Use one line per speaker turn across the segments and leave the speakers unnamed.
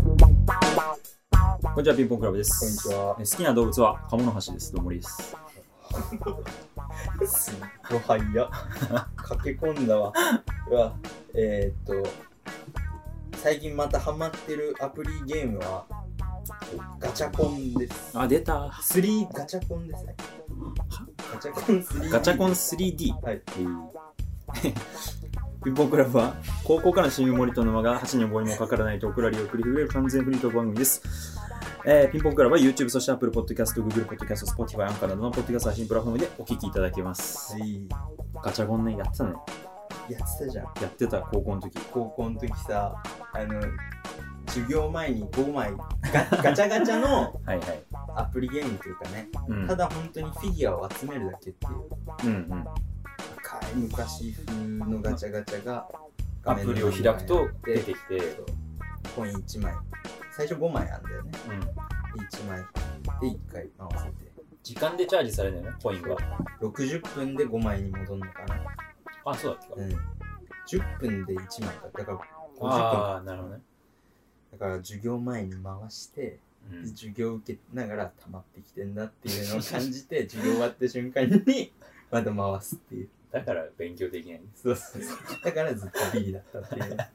こんにちは、ピンポンクラブです。
こんにちは。
え好きな動物はカモノハシです。どうもりです。
すっごい早っ。 駆け込んだわ。うわ、えー、っと、最近またハマってるアプリゲームは、ガチャコンです。
あ、出た。
3ガチャコンですね。ガチャコン3。
ガチャコン
ン
3D。
はい。
えーピンポンクラブは高校からの親友森と沼が箸にも棒にもかからないと送られを繰り広げる完全フリートーク番組です、えーピンポンクラブは YouTube そして Apple Podcast、Google Podcast、Spotify、アンカーなどのポッドキャスト配信プラットフォームでお聞きいただけます
はい
ガチャコンね、やってたね
やってたじゃん。
やってた、高校の時
高校の時さ、あの、授業前に5枚ガ ガチャガチャの
はいはい
アプリゲームというかね、
うん、
ただ本当にフィギュアを集めるだけっていう
うんうん、
深い昔風のガチャガチャが
アプリを開くと出てきて、
そうコイン1枚最初5枚あんだよね
うん、
1枚で1回回せて
時間でチャージされるんだよね、コインが。
60分で5枚に戻るのかな
あ、そうだっ
うん10分で1枚かだから50
け
分
あ
か
あー、なるほどね。
だから授業前に回して
うん
授業受けながら溜まってきてんだっていう のを感じて授業終わった瞬間にまた回すっていう
だから勉強できないんです。
そうそうそうだからずっとビリだったって いうなんか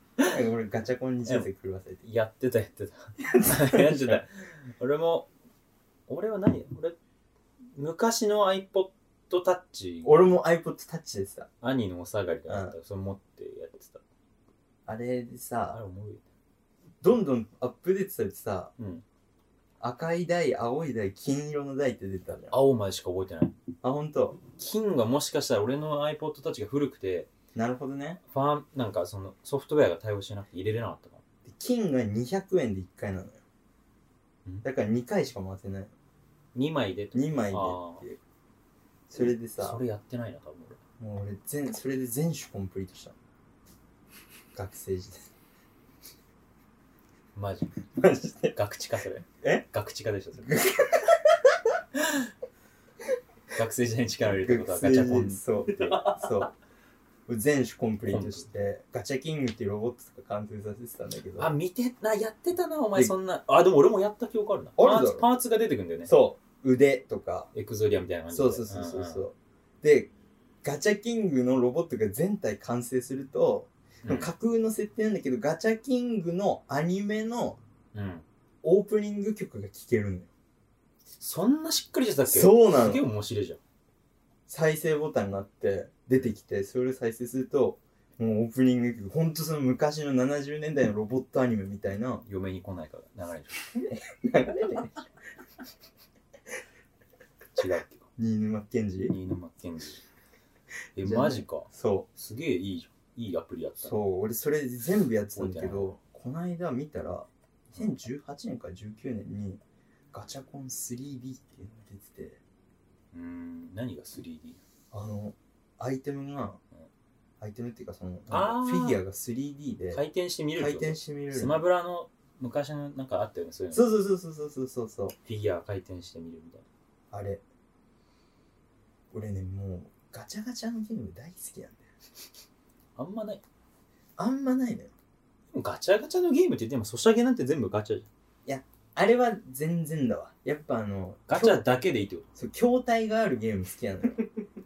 俺ガチャコンに人生狂わされて
やってた、やってた。やってた。俺も、俺は何俺、昔の iPod Touch、
俺も iPod Touch でさ
兄のお下がりだった。それ持ってやってた。
あれで
あれ、
さ
おもろい。
どんどんアップデートされてさ
うん。
赤い台青い台金色の台って出てたのよ
青までしか覚えてない。
あほんと
金がもしかしたら俺の iPod Touch が古くて、
なるほどね
ファーム、なんかそのソフトウェアが対応してなくて入れれなかったかも。
で金が200円で1回なのよ
ん
だから2回しか回せない
2枚でと
2枚でっていうそれでさ
それやってないな、多分俺。
もう俺全それで全種コンプリートしたの学生時
マジ。
代 マジで
ガクチカそれ。
え
ガクチカでしょ、そ れ。学生時代に力を入れたことはガチャコンって
そうそう俺全種コンプリートしてガチャキングっていうロボットとか完成させてたんだけど
あ、見てな、やってたな、お前
で
そんな。あ、でも俺もやった記憶あるな。
あるだ
パー
ろ
ツパーツが出てくんだよね。
そう腕とか
エクゾリアみたいな感じで。
そうそうそうそうそううでガチャキングのロボットが全体完成すると、
んうん。
架空の設定なんだけどガチャキングのアニメの
うん
オープニング曲が聴けるのよ
そんなしっかりしてたっけ
そうな
すげえ
の
面白いじゃん。
再生ボタンがあって出てきてそれを再生するともうオープニング曲ほんとその昔の70年代のロボットアニメみたいな
嫁に来ないから、流れで
流れ で
しょ。違うっけ
新沼健治
ニーノ・マッケンジー。え、
じゃあね
マジか。
そ
すげえいいじゃん。いいアプリやっ
う
たな。
そう俺それ全部やってたんだけ
覚
どこの間見たら2018年から19年にガチャコン 3D っていうのが出てて
うーん、何が 3D?
あのアイテムがアイテムっていうかその
あー
フィギュアが 3D で
回転して見れるってこ
回
と
転してみれる
スマブラの昔のなんかあったよね、そういうの。
そうそうそうそうそうそうそう
フィギュア回転してみるみたい
あれ俺ねもうガチャガチャのゲーム大好きなんだよ
な。あんまない。
あんまないのよ
でもガチャガチャのゲームって言っても、ソシャゲなんて全部ガチャじゃん。
あれは全然だわやっぱあの
ガチャだけでいいってこ
そう筐体があるゲーム好きな のよ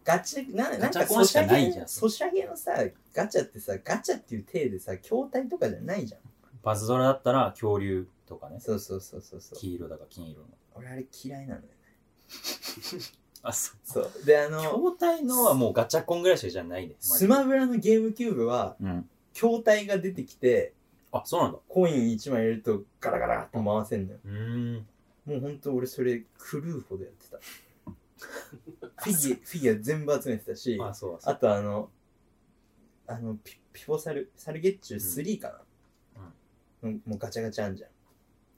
ガチャななん
ガチャ
か
コンしかないじゃん
ソシャゲのさガチャってさガチャっていう体でさ筐体とかじゃないじゃん
と。パズドラだったら恐竜とかね。
そうそうそうそうそう
黄色だか金色の。
俺あれ嫌いなのよね
あ、そう。
そうであの
筐体のはもうガチャコンぐらいしかじゃないね。マジ
ス
で
マブラのゲームキューブは
うん。
筐体が出てきて
あ、そうなんだ。
コイン1枚入れるとガラガラっと回せんのよ
うーん。
もうほんと俺それ狂うほどやって たフィギュフィギュア全部集めてたし
あ、そうだそう
あとあの、あのピピフォサル、サルゲッチュ3かな、うんもうガチャガチャあんじゃん。
い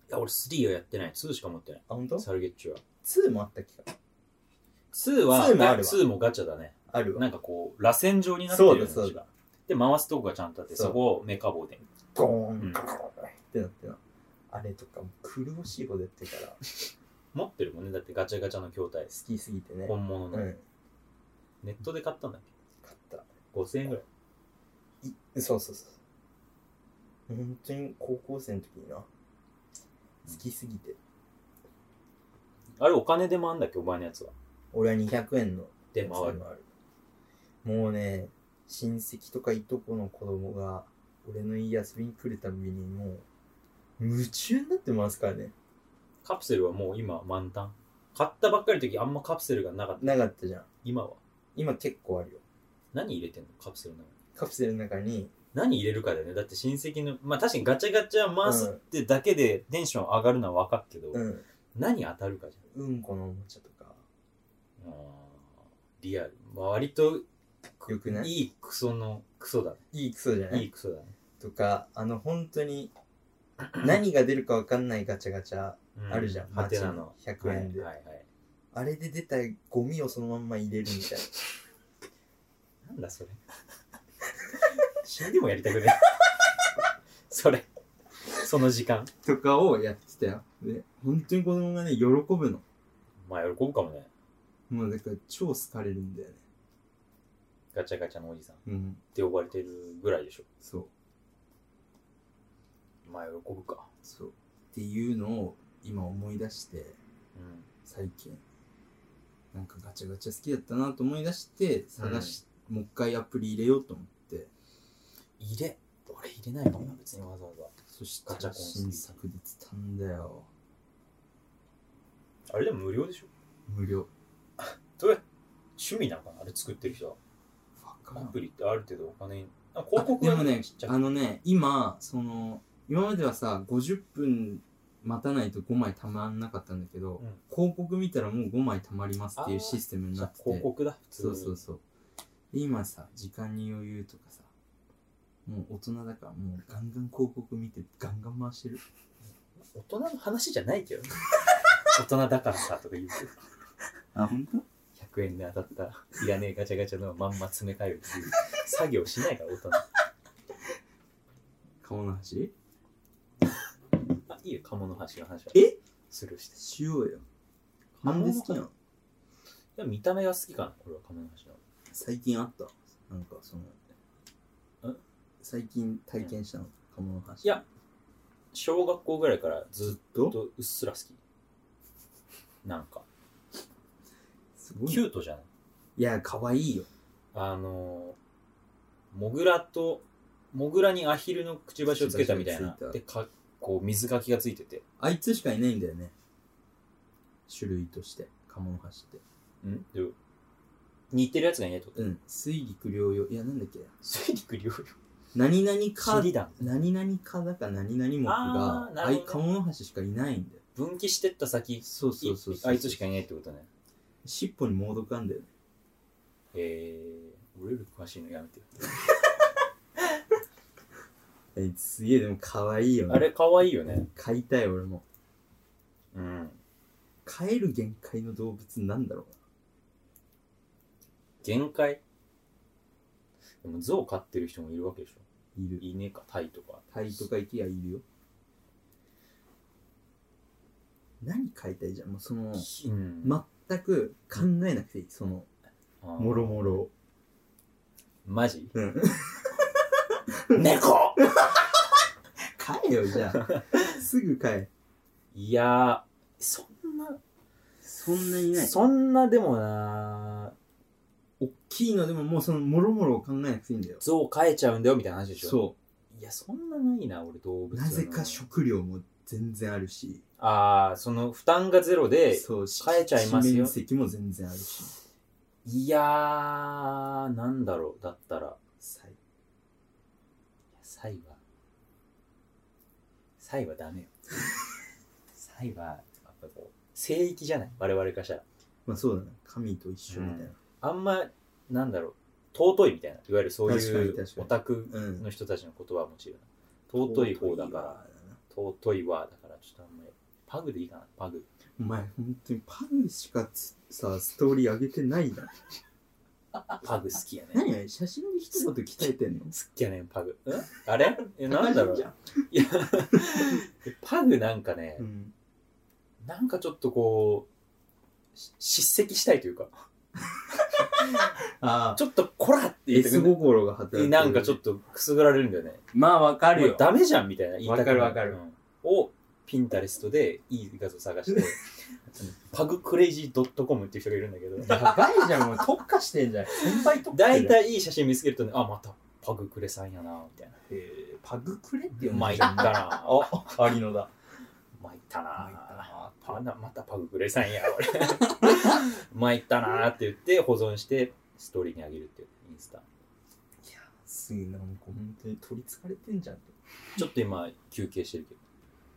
や、俺3はやってない。2しか持ってない。
あ、ほんと
サルゲッチュは。
?2 もあったっけか
2は、
2もあるわ
2もガチャだね。
あるわ。
なんかこう、螺旋状になってるよね
そうだそう
うちがで、回すとこがちゃんとあって、
そう
そこをメカ棒で。
ゴーン、
うん
ガラガラガラってなってな。あれとかもう苦しいほどやってるから、好
持ってるもんね、だってガチャガチャの筐体。
きすぎてね。
本物
う
の、
ん。
ネットで買ったんだっ
買った。
け ?5000 円ぐらい。
いそうそうそう。本当に高校生の時にな好きすぎて
あれお金でもあんだっけお前のやつは。
俺は200円の
でもあ
そういう
る。
のあるもうね親戚とかいとこの子供が俺の家遊びに来るたびにもう夢中になってますからね
カプセルはもう今満タン。買ったばっかりの時あんまカプセルがなかった。
なかったじゃん
今は。
今結構あるよ
何入れてんのカプセルの中に。
カプセルの中に
何入れるかだよね。だって親戚の、まあ確かにガチャガチャ回すってだけでテンション上がるのは分かるけど、
うん
何当たるかじ
うんこのおもちゃとか
ゃん。あーリアル。まあ、割と、
よくない
いいクソの、クソだね。
いいクソじゃない
いいクソだね。
とかあの本当に何が出るか分かんないガチャガチャ
う
あるじゃん
ハテナの。
街に100円で
はいはいはい。
あれで出たゴミをそのまんま入れるみたいな
なんだそれ。死んでもやりたくない。それ。その時間。
とかをやってたよで本当に子供がね喜ぶの
まあ喜ぶかもね。
もうだから超好かれるんだよね
ガチャガチャのおじさんっ
うん
て呼ばれてるぐらいでしょ。
そう
まあ喜ぶか。
そうっていうのを今思い出して
うん。
最近なんかガチャガチャ好きだったなと思い出して探し、もう一回アプリ入れようと思って
入れ。俺入れないかもな、別にわざわざ。
そした
ガチャ
ら
コン好き
新作出てたんだよ
あれでも無料でしょ
無料
それ趣味なんかなあれ作ってる人は
わか
ア
らん
プリってある程度お金あ広告
で
は
もね
ちっちゃく
あのね今その今まではさ50分待たないと5枚たまんなかったんだけど、
うん
広告見たらもう5枚たまりますっていうシステムになってて
広告だ普通
そ
に
うそうそうで今さ時間に余裕とかさもう大人だからもうガンガン広告見てガンガン回してる
大人の話じゃないけ どね大人だからさとか言うけど
あ本当
100円で当たったいらねえガチャガチャのまんま詰め替えるっていう作業しないから大人
顔の端
あいいよ鴨の橋の話は
え
スルーして
しようよなんで好きなの
でも見た目が好きかなこれは鴨の橋の
最近あったなんかその
え
最近体験したの鴨の橋
いや小学校ぐらいから
ず
ず
っと
っとうっすら好きなんか
すごい
キュートじゃない
いや、可愛いよ。
あのーモグラとモグラにアヒルのくちばしをつけたみたいな
くちばしをつ
でかこう水かきがついてて
あいつしかいないんだよね。種類として、カモノハシって。
んどう似てるやつがいないってこと
うん、水陸両用。いや、なんだっけ。
水陸両用
何々か
知、り団
何々かだか何々目
あー
が、
な
あ
るほどね
いカモノハシしかいないんだよ。
分岐してった先
そうそうそうそう。
あいつしかいないってことね
尻尾に猛毒あんだよね。
えー、俺より詳しいのやめて
あいつすげえ、でも可愛いよね。
あれかわいいよね
飼いたい、俺も。
うん
飼える限界の動物なんだろ
限界でも象飼ってる人もいるわけでしょ
うな。いる。
イネかタイとか
タイとかイきアいるよ。何飼いたいじゃん。もうその、
うん
全く考えなくていい、その
あー
もろもろ
マジ
うん
猫
飼えよじゃあすぐ飼え
いやーそんな
そんなにない
そんなでもな
おっきいのでももうそのもろもろを考えなくていいんだよ
象飼えちゃうんだよみたいな話でしょ
そう
いやそんなないな俺動
う
物の
なぜか食料も全然あるし
ああその負担がゼロで
そうし
飼えちゃいますよ
面積も全然あるし
いやーなんだろうだったら
さ
サイはサイは ダメよサイはやっぱこう聖域じゃない我々からしたら
まあそうだな神と一緒みたいな
あんまなんだろう尊いみたいないわゆるそう
確か
い
に
う
確かに
オタク
うん、
の人たちの言葉はもちろん尊い方だ
尊い
から
わな
尊いわだからちょっとあんまりパグでいいかなパグ
お前本当にパグしかつさストーリー上げてないな
パグ好きやね
何あれ写真に一言鍛えてん
好
の
きやねパグんあれ えなんだろ
高いじゃ
ういやパグなんかね、
うん
なんかちょっとこうし叱責したいというか
あ
ちょっとこらって
ー、
言っ
S
てく
心が働いて
る。
る。
なんかちょっ
と。
とくすぐられるんだよね。
まあ、わかる
もう
よ。
ダメじゃんみたいな言いたくな
わかるわか
うんを、ピンタレストでいい画像探して、パグクレイジー .com っていう人がいるんだけど、
やばいじゃん、もう特化してんじゃん。先輩特化して
大
んじゃん。
体いい写真見つけるとね、あ、またパグクレさんやな、みたいな。
えーパグクレって
う
うま
ま
い
いっ
じゃ
た
ん。
な。お
ありのだ。
参った
参っ
な
たな
パナまたパグクレさんや俺 参ったなーって言って保存してストーリーにあげるっていうインスタ
いや、すげえな、もう本当に取りつかれてんじゃんって。
ちょっと今休憩してる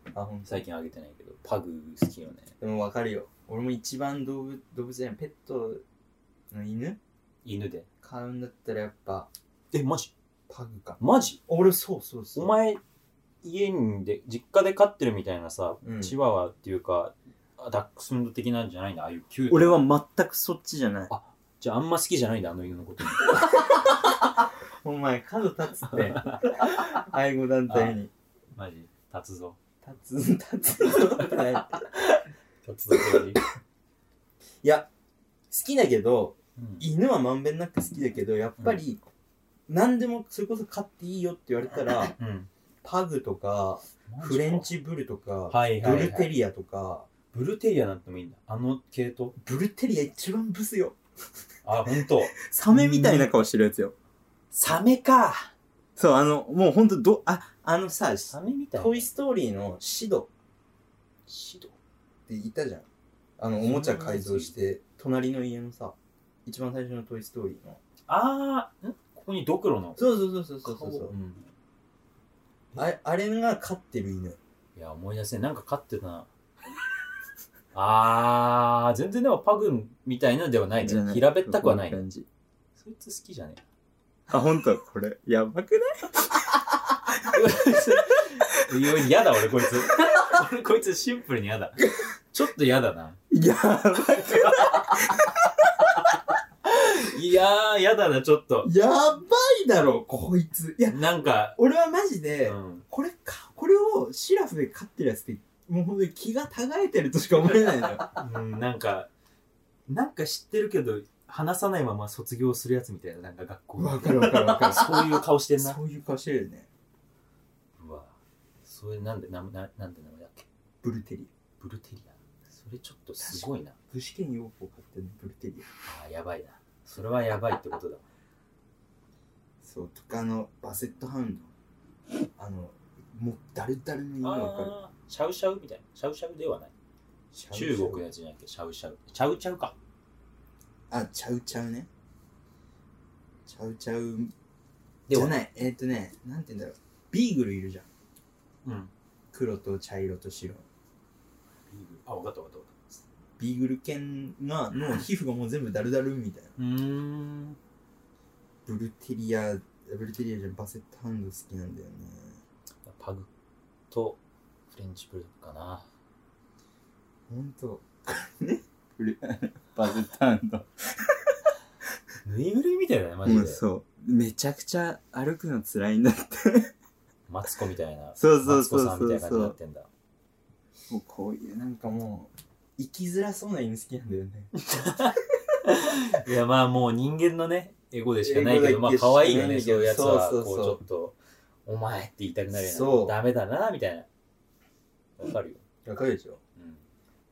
けど
あ、ほん
最近あげてないけどパグ好きよね
でもわかるよ。俺も一番動物、動物じゃない、ペットの犬
犬で
飼うんだったらやっぱ
えマジ
パグか。
マジ
俺、そうそうそう。
お前家にで実家で飼ってるみたいなさ、
うん
チワワっていうかあダックスフンド的なんじゃないんだああいうキュート
俺は全くそっちじゃない。
じゃああんま好きじゃないんだあの犬のこと
お前、角立つって。 愛護団体に。
マジ立つぞ
立つ、立つ団体。
立つぞ、
いや、好きだけど、
うん
犬はまんべんなく好きだけど、やっぱり、何でもそれこそ飼っていいよって言われた ら、
うん、
パグとか、フレンチブルとか、
はいはい、
ブ
はい、
ルテリアとか、
ブルテリアなんてもいいんだ。あの系統
ブルテリア一番ブスよ。
あ、ほんと。
サメみたいな顔してるやつよ。
サメか。
そう、あの、もうほんとど、あ、
あの さ、
サメみたいな。
トイ・ストーリーのシド
シド
っていたじゃん。あの、おもちゃ改造して、隣の家のさ、一番最初のトイ・ストーリーの。
あー、んここにドクロの。
そうそうそうそうそう
顔
そう。
ん
あれあれが飼ってる犬。
いや、思い出せない。なんか飼ってたな。 あー、全然でもパグみたいなのではない
じゃな
ね。
い
平べったくはない
こう
ね
う。感じ
そいつ好きじゃね
あ、ほんと、これ、やばくない
え。 いや、嫌だ、俺こいつ。俺こいつシンプルに嫌だ。ちょっと嫌だな。
やばくない
いやー、嫌だな、ちょっと。
やばいだろ、こいつ。いや、
なんか、
俺はマジ
う
で、
ん。
これか、これをシラフで飼ってるやつって、もう本当に気がたがえてるとしか思えないのよ。
うん、なんか、なんか知ってるけど、話さないまま卒業するやつみたいな、なんか学校
わかるわかるわかる。
そういう顔してんな。
そういう顔してるよね。
うわそれなんで、な、ななんで名前だっけ
ブルテリ
ブルテリア。それちょっとすごいな。
ア。具志堅用法飼ってるの、ブルテリア。
あーやばいな。それはやばいってことだ。
そう、とかあの、バセットハウンド。あの、もう、誰々の犬わかる。
あーシャウシャウみたいな。シャウシャウではない。
シャウシャウ
中国のやつじゃないっけシャウシャウ。チャウチャウか。
あ、ちゃうちゃうね。ちゃうちゃう。
で
じ
は
ゃ
ない。
ない。えっ、ー、とね、なんて言うんだろう。ビーグルいるじゃん。
うん。
黒と茶色と白。
あ、わかったわかったわかっ
ビーグル犬がの皮膚がもう全部ダルダルみたいな。
た。うーん。
ブルテリア、ブルテリアじゃん、バセットハウンド好きなんだよね。
パグとフレンチブルドッグかな。
ほん と。
バズタンド。
ぬいぐるみみたいだね、マジ
も
で
う。そう。めちゃくちゃ歩くの辛いんだって。
マツコみたいな。
そうそうそう
マツコさんみたいな感じになってんだ。
もうこういう、
なんかもう、生きづらそうな犬好きなんだよね。
いやまあもう人間のね、エゴでしかないけ
エ
ど、ま
ゴ
あ
だけしか
可愛いよ
な
ね、
いけ
そう
ど
いうやつは、
そう
こ
そうそう
うちょっと、お前って言いたくなるよ
そう
うな。ダメだな、みたいな。わかるよ。
わかるでしょ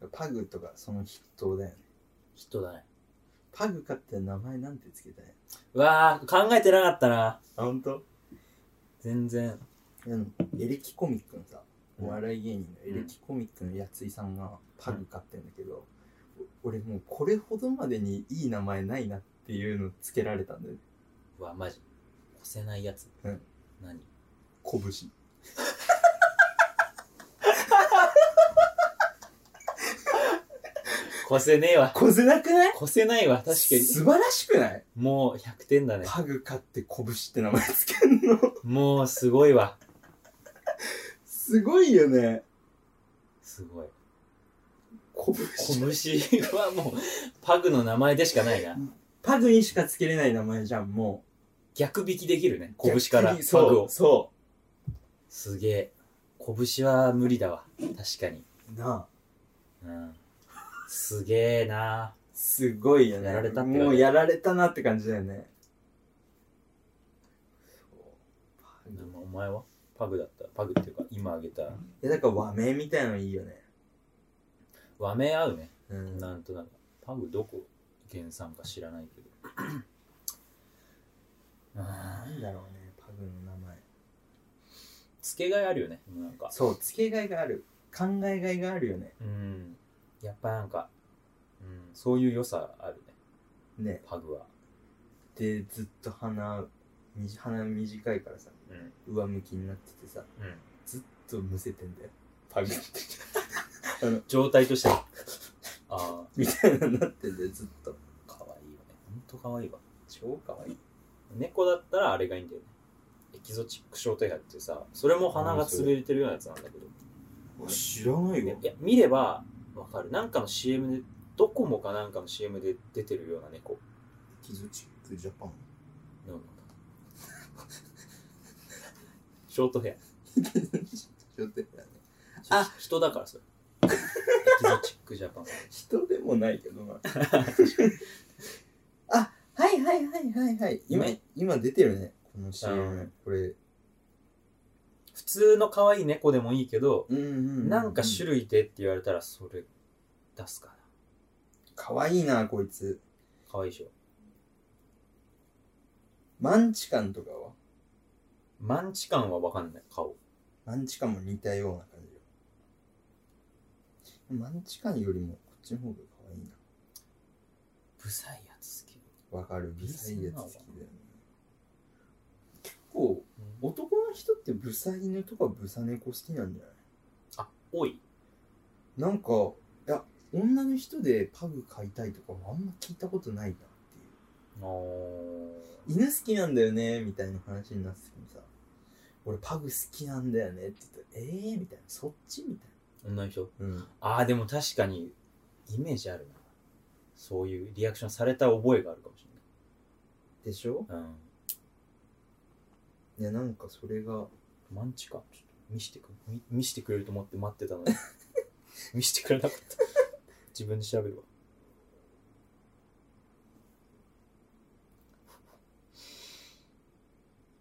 うん。
パグとかその筆頭だよね。
人だね。
パグ飼って名前なんてつけたいう
わー、考えてなかったな。
あ、ほんと
全然。
あの、エレキコミックのさ、お笑い芸人のエレキコミックのやついさんがパグ飼ってんだけど、お俺もうこれほどまでにいい名前ないなっていうのつけられたんだよね。
うわ、マジ。押せないやつ。
うん
何
拳。
越せねえわ。
こせなくない
越せないわ、確か
素晴らしくない
に。もう100点だね。
パグ飼って拳って名前つけんの
もうすごいわ。
すごいよね
すごい。
拳
拳はもう、パグの名前でしかないな。
パグにしかつけれない名前じゃんも
逆引きできるね。
う
拳から
逆に
パグ
そう
を。
そ
すげえ。拳は無理だわ。確かに。
うなあ
うん。すげえな
すごいよね
やられたって
もうやられたなって感じだよね
でもお前はパグだったパグっていうか今あげた
いやだから和名みたいのいいよね
和名合うね
うん
なんとなくパグどこ原産か知らないけどあー
なんだろうねパグの名前
付け替えあるよねもうなんか
そう付けがいがある考えがいがあるよね
うんやっぱなんか、うん、そういう良さあるね
ね
パグは、
でずっと鼻みじ鼻短いからさ
うん
上向きになっててさ
うん、
ずっとむせてんだよパグって
状態としてはああ
みたいなになってんだよずっと
可愛いよねほんと可愛いわ
超かわいい
猫だったらあれがいいんだよねエキゾチック小手がっていうさそれも鼻が潰れてるようなやつなんだけど
知らない
いや見ればわかるなんかの CM でドコモかなんかの CM で出てるような 猫
キズチックジャパン
のショートヘ
ちょっとやだね
アあ人だからそれエキゾチックジャパン
人でもないけど なあはいはいはいはいはい今今出てるねこの CM これ
普通の可愛い猫でもいいけど、
うんうん
なんか種類でって言われたらそれ出すかな
かわいいなこいつ
可愛いでしょ
マンチカンとかは
マンチ感は分かんない顔
マンチカンも似たような感じよマンチカンよりもこっちの方がかわいい
ブサいやつ好き、
なわかる
ブ
ブ
サ
サ
イ
イ
や
や
つ
つ
好
好
き
き
だ
だ
よ
よね結構
お
男の人ってブサ犬とかブサ猫好きなんじゃない
あ多い
なんかいや女の人でパグ飼いたいとかはあんま聞いたことないなっていう
あー
犬好きなんだよねみたいな話になってもさ俺パグ好きなんだよねって言ったらええー、みたいなそっちみたい
女の人
な、うん、
ああでも確かにイメージあるなそういうリアクションされた覚えがあるかもし
でしょ
れないうん
いやなんかそれが
マンチかちょっと見してく見見してくれると思って待ってたのに 見してくれなかった 自分で調べるわ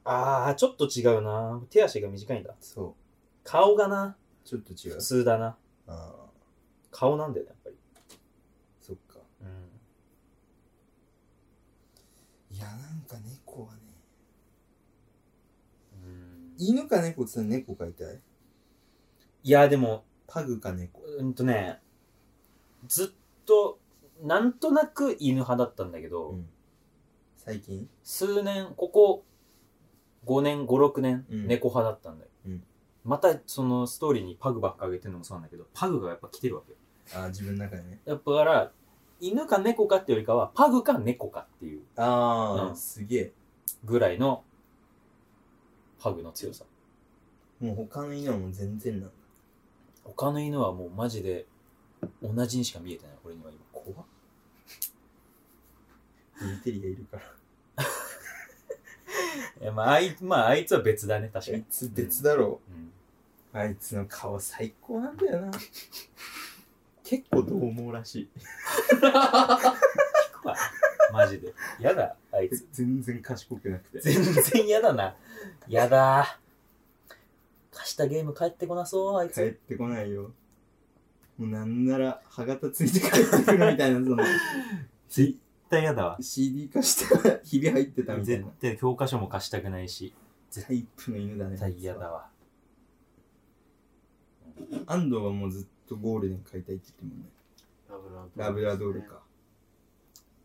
あーちょっと違うな手足が短いんだ
そ
顔がな
うちょっと違う
普通だな
ああ
顔なんだよねやっぱり
そっか
うん
いやなんか猫はね
うん
犬か猫って言ったら猫飼いたい
いやでも
パグか猫
うんとねずっとなんとなく犬派だったんだけど、
うん最近
数年ここ5年56年、
うん
猫派だったんだよ、
うん
またそのストーリーにパグばっか上げてるのもそうなんだけどパグがやっぱ来てるわけよ
ああ自分の中でね
やっぱだから犬か猫かっていうよりかはパグか猫かっていう
ああ、
うん
すげえ
ぐらいのパグの強さ
もう他の犬はもう全然なんだ
他の犬はもうマジで同じにしか見えてない俺には今
怖っインテリアいるから
いやまああいまああいつは別だね確か
あ
に
い、つ別だろ
うん
う、あいつの顔最高なんだよ な結構どう猛らしい
怖いマジでやだあいつ
全然賢くなくて
全然嫌だな。やだ。貸したゲーム帰ってこなそう、あい
帰
つ。
ってこないよもうなんなら歯型ついて帰ってくるみたいなその
絶対嫌だわ。
CD 化したひび入ってたみたい
絶
な
対教科書も貸したくないし、
タイプの犬だね
絶対嫌だわ。
安藤はもうずっとゴールデン飼いたいって言ってもんねラブラドールか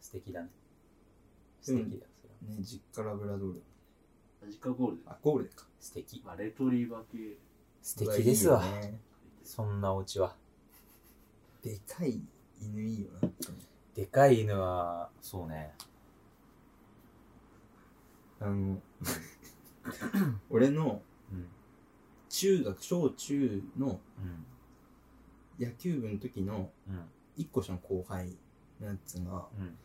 素敵だね。素
でも
敵だ。それは
ね実家ラブラドール
ジカゴールデン
あゴールデンか
素敵。
まあレトリーバー系
素敵ですわ
いい。よね
そんなお家は。
でかい犬いいよな
でかい犬は、そうね。
あの俺の
うん。
中学小中の
うん。
野球部の時の
うん。
1個下の後輩のやつが
うん。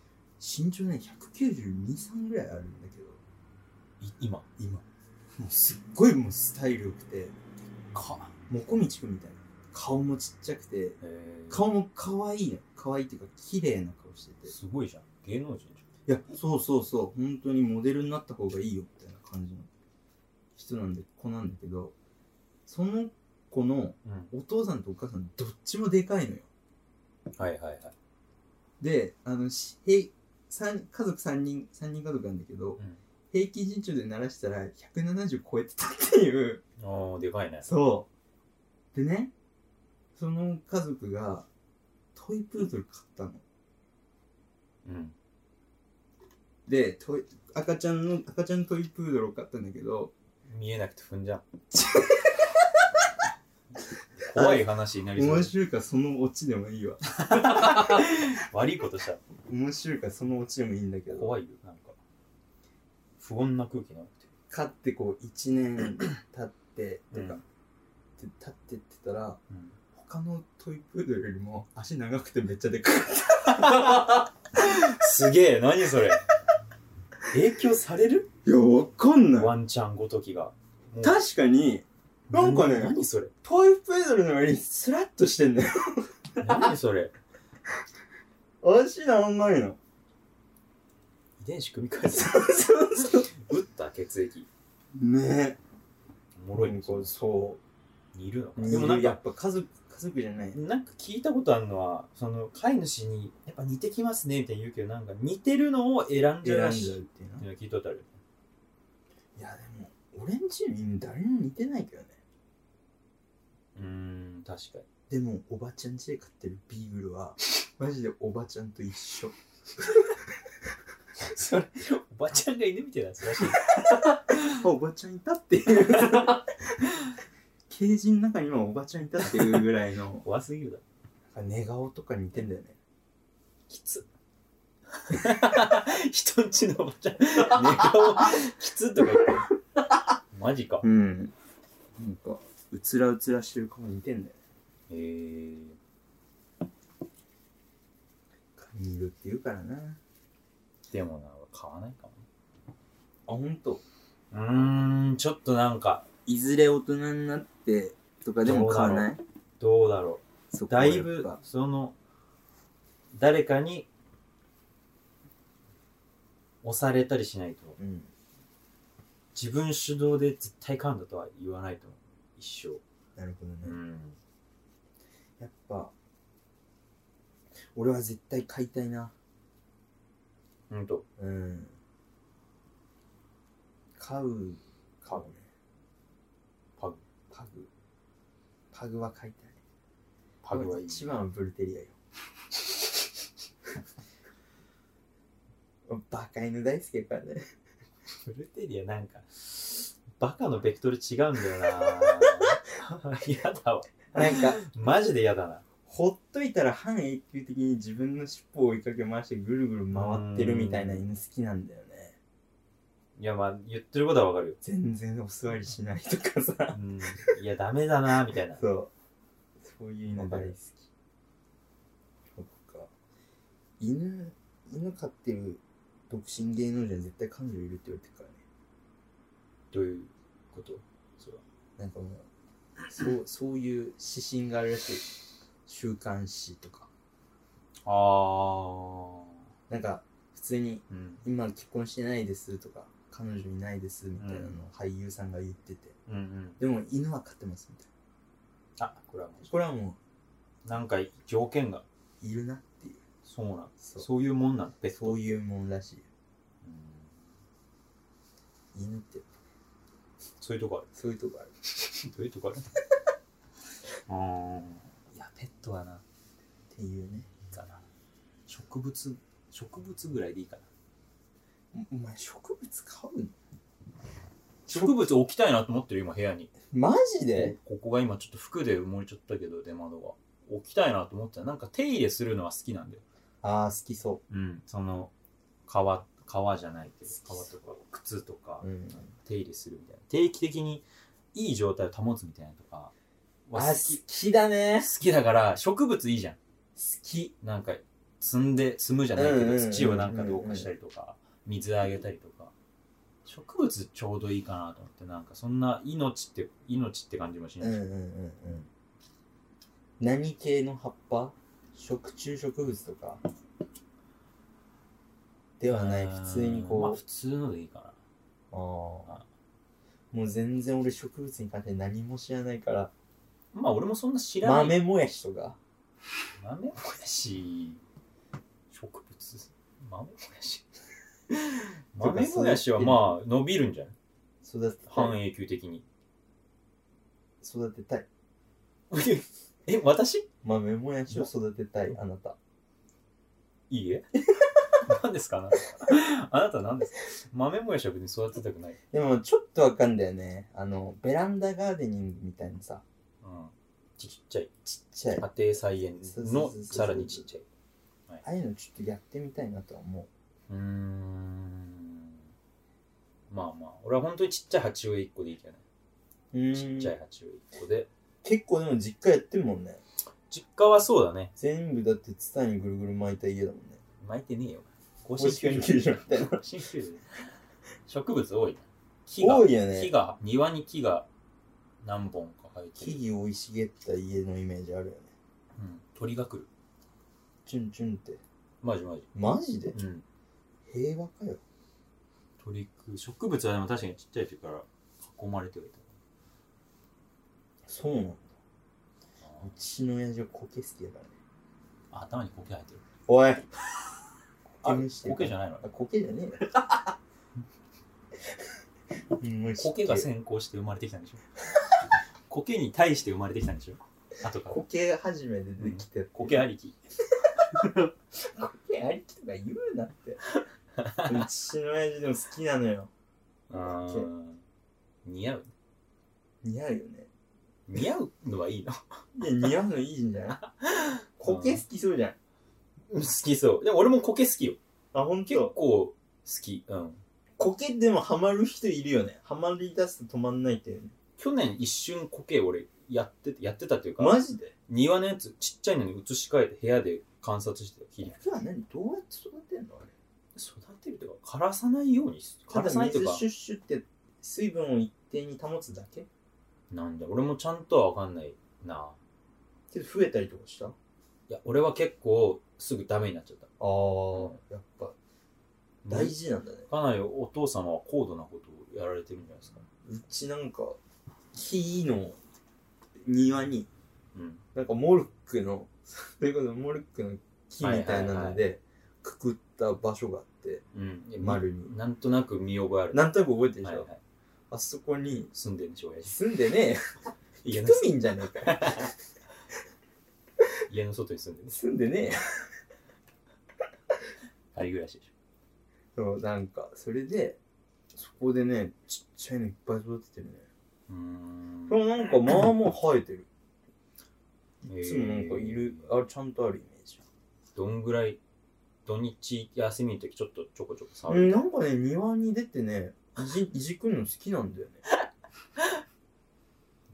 身長ね1923ぐらいあるんだけど
い今。
今もうすっごいもうスタイル良くて
か。
もこみちくんみたいな顔もちっちゃくて
えー、
顔も可愛いの可愛いっていうか綺麗な顔をしててい
すごいじゃん。芸能人じ
やそうそうそう本当にモデルになった方がいいよみたいな感じの人なんで子なんだけどその子の
ゃん。うん。
お父さんとお母さんどっちもでかいのよ
はいはいはい。
であのし平三家族3人三人家族なんだけど、
うん
平均身長で鳴らしたら170超えてたっていう
おー、でかいね。
そう。でね、その家族がトイプードル買ったの。
うん。
で、トイ赤ちゃんの、赤ちゃんトイプードルを買ったんだけど、
見えなくて踏んじゃ う。怖い話になりそ
面
う。
白いからそのオチでもいいわ。
悪いことしたら
面白いからそのオチでもいいんだけど、
怖いよ、なんか。不穏な空気になって。
買ってこう1年経って、てか、
うん
で経ってってたら、
うん。
他のトイプードルよりも足長くてめっちゃでかい。
すげえ、何それ。影響される
いや、わかんい。
ワンちゃんごときが。
確かに、なんかね
何それ。
トイプードルの上にスラッとしてんだよ。
何それ。
足長いの。
遺伝子組み換えて
そうそうそう。
打った血液。
ね
おもろいね。
そ
似るの
う
か。でもなん
や
か、
っぱ家族家族じゃない
なんか聞いたことあるのは、その飼い主に、やっぱ似てきますねって言うけど、なんか似てるのを選んじゃうらしい。
っ
い
ていうな
や聞いたことある。
いやでも俺んちに誰にも似てないけどね
うーん、確かに。
でもおばちゃん家で飼ってるビーグルは マジでおばちゃんと一緒
それ、おばちゃんが犬みたいなやつらしい。
あおばちゃんいたっていうケージの中にもおばちゃんいたっていうぐらいの
怖すぎるだろ。
寝顔とか似てんだよね
きつ。 人んちのおばちゃん、寝顔、きつとか言ってる。マジか。
うんなんかうつらうつらしてる顔似てんだよね
えー、
髪色って言うからなあ
でもなんか買わないか
ほんと
も。うーん、ちょっとなんか、
いずれ大人になってとかでも買わない
どうだろ。
そうこは
だ
やっ
い
ぱ
ぶ、その、誰かに、押されたりしないと、
うん
自分主導で絶対買うんだとは言わないと思う。一
なるほどね
生。うん。
やっぱ俺は絶対買いたいな
ほんと。
うん買う買うね
パグ。
パグパグは買いたい
パグはいい。
一番はブルテリアよ バカ犬大好きだからね
フルテリアなんか、バカのベクトル違うんだよな やだわ。
なんか
マジでやだな。
ほっといたら半永久的に自分の尻尾を追いかけ回してぐるぐる回ってるみたいな犬好きなんだよね
いやまあ、言ってることはわかるよ。
全然お座りしないとか さ
うん。いや、ダメだなみたいな。
そうそういう犬
わか
大
る
好きそっか犬犬飼ってる独身芸能人は絶対彼女いるって言われてるからね
どういうことそれは。
なんかもうそうそういう指針があるらしい週刊誌とか
あ
なんか普通に
ー。うん。
今結婚してないですとか彼女いないですみたいなのを俳優さんが言ってて、
うんうん。
でも犬は飼ってますみたい
あ、これはも
なこれはも
う、なんか条件が、
ういるなっていう
そうなん。
そ
そういうもんなん
う
でう
そういうもんらしい
ん。
犬って
そういうとこあ
そういうとこある
る。 どういうとこあるうーん。いや、ペットはな、
っていうね
いいかな。植物、植物ぐらいでいいかな。
おお前植物飼うの
植物置きたいなと思ってる今部屋に
マジで
ここが今ちょっと服で埋もれちゃったけど出窓が置きたいなと思ってたなんか手入れするのは好きなんだよ
ああ好きそ
うんその革革じゃないけど
好き
革とか靴とか
う、うん、
手入れするみたいな定期的にいい状態を保つみたいなのとか
あ
は好き
好きだね
好きだから植物いいじゃん
好き
なんか積んで積むじゃないけ
うんうん
ど
うんうん
土をなんかどうかしたりとか水あげたりとか植物ちょうどいいかなと思ってなんかそんな命って命って感じもし
う
なんい
うん
し、
うんうん何系の葉っぱ食虫植物とかではない、普通に
まあ
こ
普通のでいいか
う、ああもう全然俺植物に関して何も知らないから、
なまあ俺もそんな知らない
豆もやしとか、
豆もやし植物豆もや し豆もやしはまあ伸びるんじゃない
育てたい。
半永久的に
育てたい。
え私
豆もやしを育てたい、あなた。
いい え何ですかあなたあなた何ですか豆もやしは別に育てたくない、
でもちょっとわかんだよね。あの、ベランダガーデニングみたいなさ、
うん、ちっちゃい
ちっちゃい。あ
家庭菜園
そうそう
の
そうそう
さらにちっちゃい
あいうのちょっとやってみたいなとは思
うーんまあまあ俺は本当にちっちゃい鉢植え1個でいいけどね
う。う
ちっちゃい鉢植え1個で
結構でも実家やってるもんね。
実家はそうだね
全部だってツタにぐるぐる巻いた家だもんね。
巻いてねえよ甲
公式に切るじゃんみたいな。
甲子園球場植物多いね木が
多いよ
木
ね。
が庭に木が何本か生えてる、
木々生い茂った家のイメージあるよね。
うん、鳥が来る
チュンチュンって。
マジマジ、
マジで
うん、
平和かよ。
鳥食う植物はでも確かにちっちゃい時から囲まれてはいた
そうなんだ。うちの親父は苔好きだからね。
あ頭に苔生えてる
おい
あ
苔してる
苔じゃないの
あ、苔じゃねえ よ。うん俺知って
苔
る
が先行して生まれてきたんで しょ苔に対して生まれてきたんでしょ後から
苔始めで出てきて、
苔ありき
苔ありきとか言うなって。うちの親 父でも好きなのよ。
うん似合う
似合うよね。
似合うのはいいの
いや、似合うのいいんじゃ ない苔好きそうじゃん。
好きそうでも俺も苔好きよ
あ、ほん
結構
と。
好きうん
苔でもハマる人いるよね。ハマり出すと止まんないっていうね。
去年一瞬苔俺やっててやってたっていうか
マジで
庭のやつちっちゃいのに移し替えて部屋で観察してた切り
苔は何どうやって育てんのあれ。
育てるというか枯らさないようにす
た
枯らさな
だ
いとい
水
うか
シュッシュって水分を一定に保つだけ
なんだ俺もちゃんとは分かんないな
けど増えたりとかしたあ
いや俺は結構すぐダメになっちゃった
あ、やっぱ大事なんだね。
かなりお父様は高度なことをやられてるんじゃないですか
うちなんか木の庭に
うん
なんかモルックの それこそモルックの木みたいなのでくくった場所があって
うんいや
丸に
なんとなく見覚えある
なんとなく覚えてるで
は
し
いは
ょ
い
あそこに
住んでるんでしょ親父
住んでねえ
家
よ
の
ピクミンじゃねえかよ
家の外に住んでるんです
住んでねえよ
あり暮らしでし
そうなんかそれでそこでねちっちゃいのいっぱい育ててるね
ょうーん
でもなんかまあまあ生えてる
へえ
いつもなんかいるあれちゃんとあるイメージ
どんぐらい土日休みの時ちょっとちょこちょこ触
うん
る
なんかね庭に出てねいじ いじくんの好きなんだよね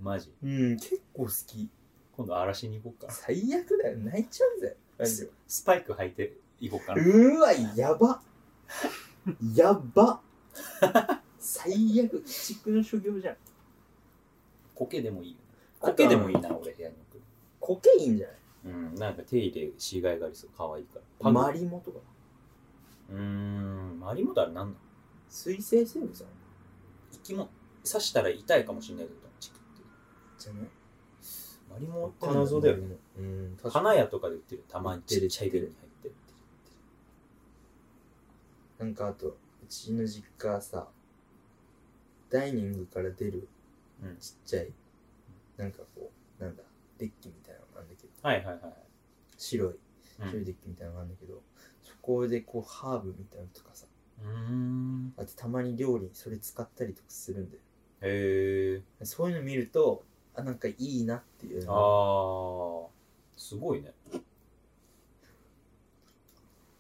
マジ
うん結構好き
今度荒らしに行こうか
最悪だよ泣いちゃうぜラジオ
スパイク履いて行こうかな
うーわやばやば最悪鬼畜の所業じゃん
苔でもいいよね苔でもいいな俺部屋に置く
苔いいんじゃない
うんなんか手入れしがいがありそう可愛いからパグ
マリモとか
うーんマリモダルなんなの
水生生物じゃない
生き物刺したら痛いかもしれないけどチクって
じゃない
マリモって謎だよね
ねうん確かに
花屋とかで売ってるたまに
売って
ち
る
っちゃい瓶に入ってる
なんかあとうちの実家はさダイニングから出る
うん
ちっちゃいなんかこうなんだデッキみたいなのなんだけど
はいはいはいはい
白い
うん
白いデッキみたいなのなんだけど、そこでこうハーブみたいなのとかさ
うーん
あとたまに料理にそれ使ったりとかするんだよ
へえ
そういうの見るとあなんかいいなっていう
あ
の
ーすごいね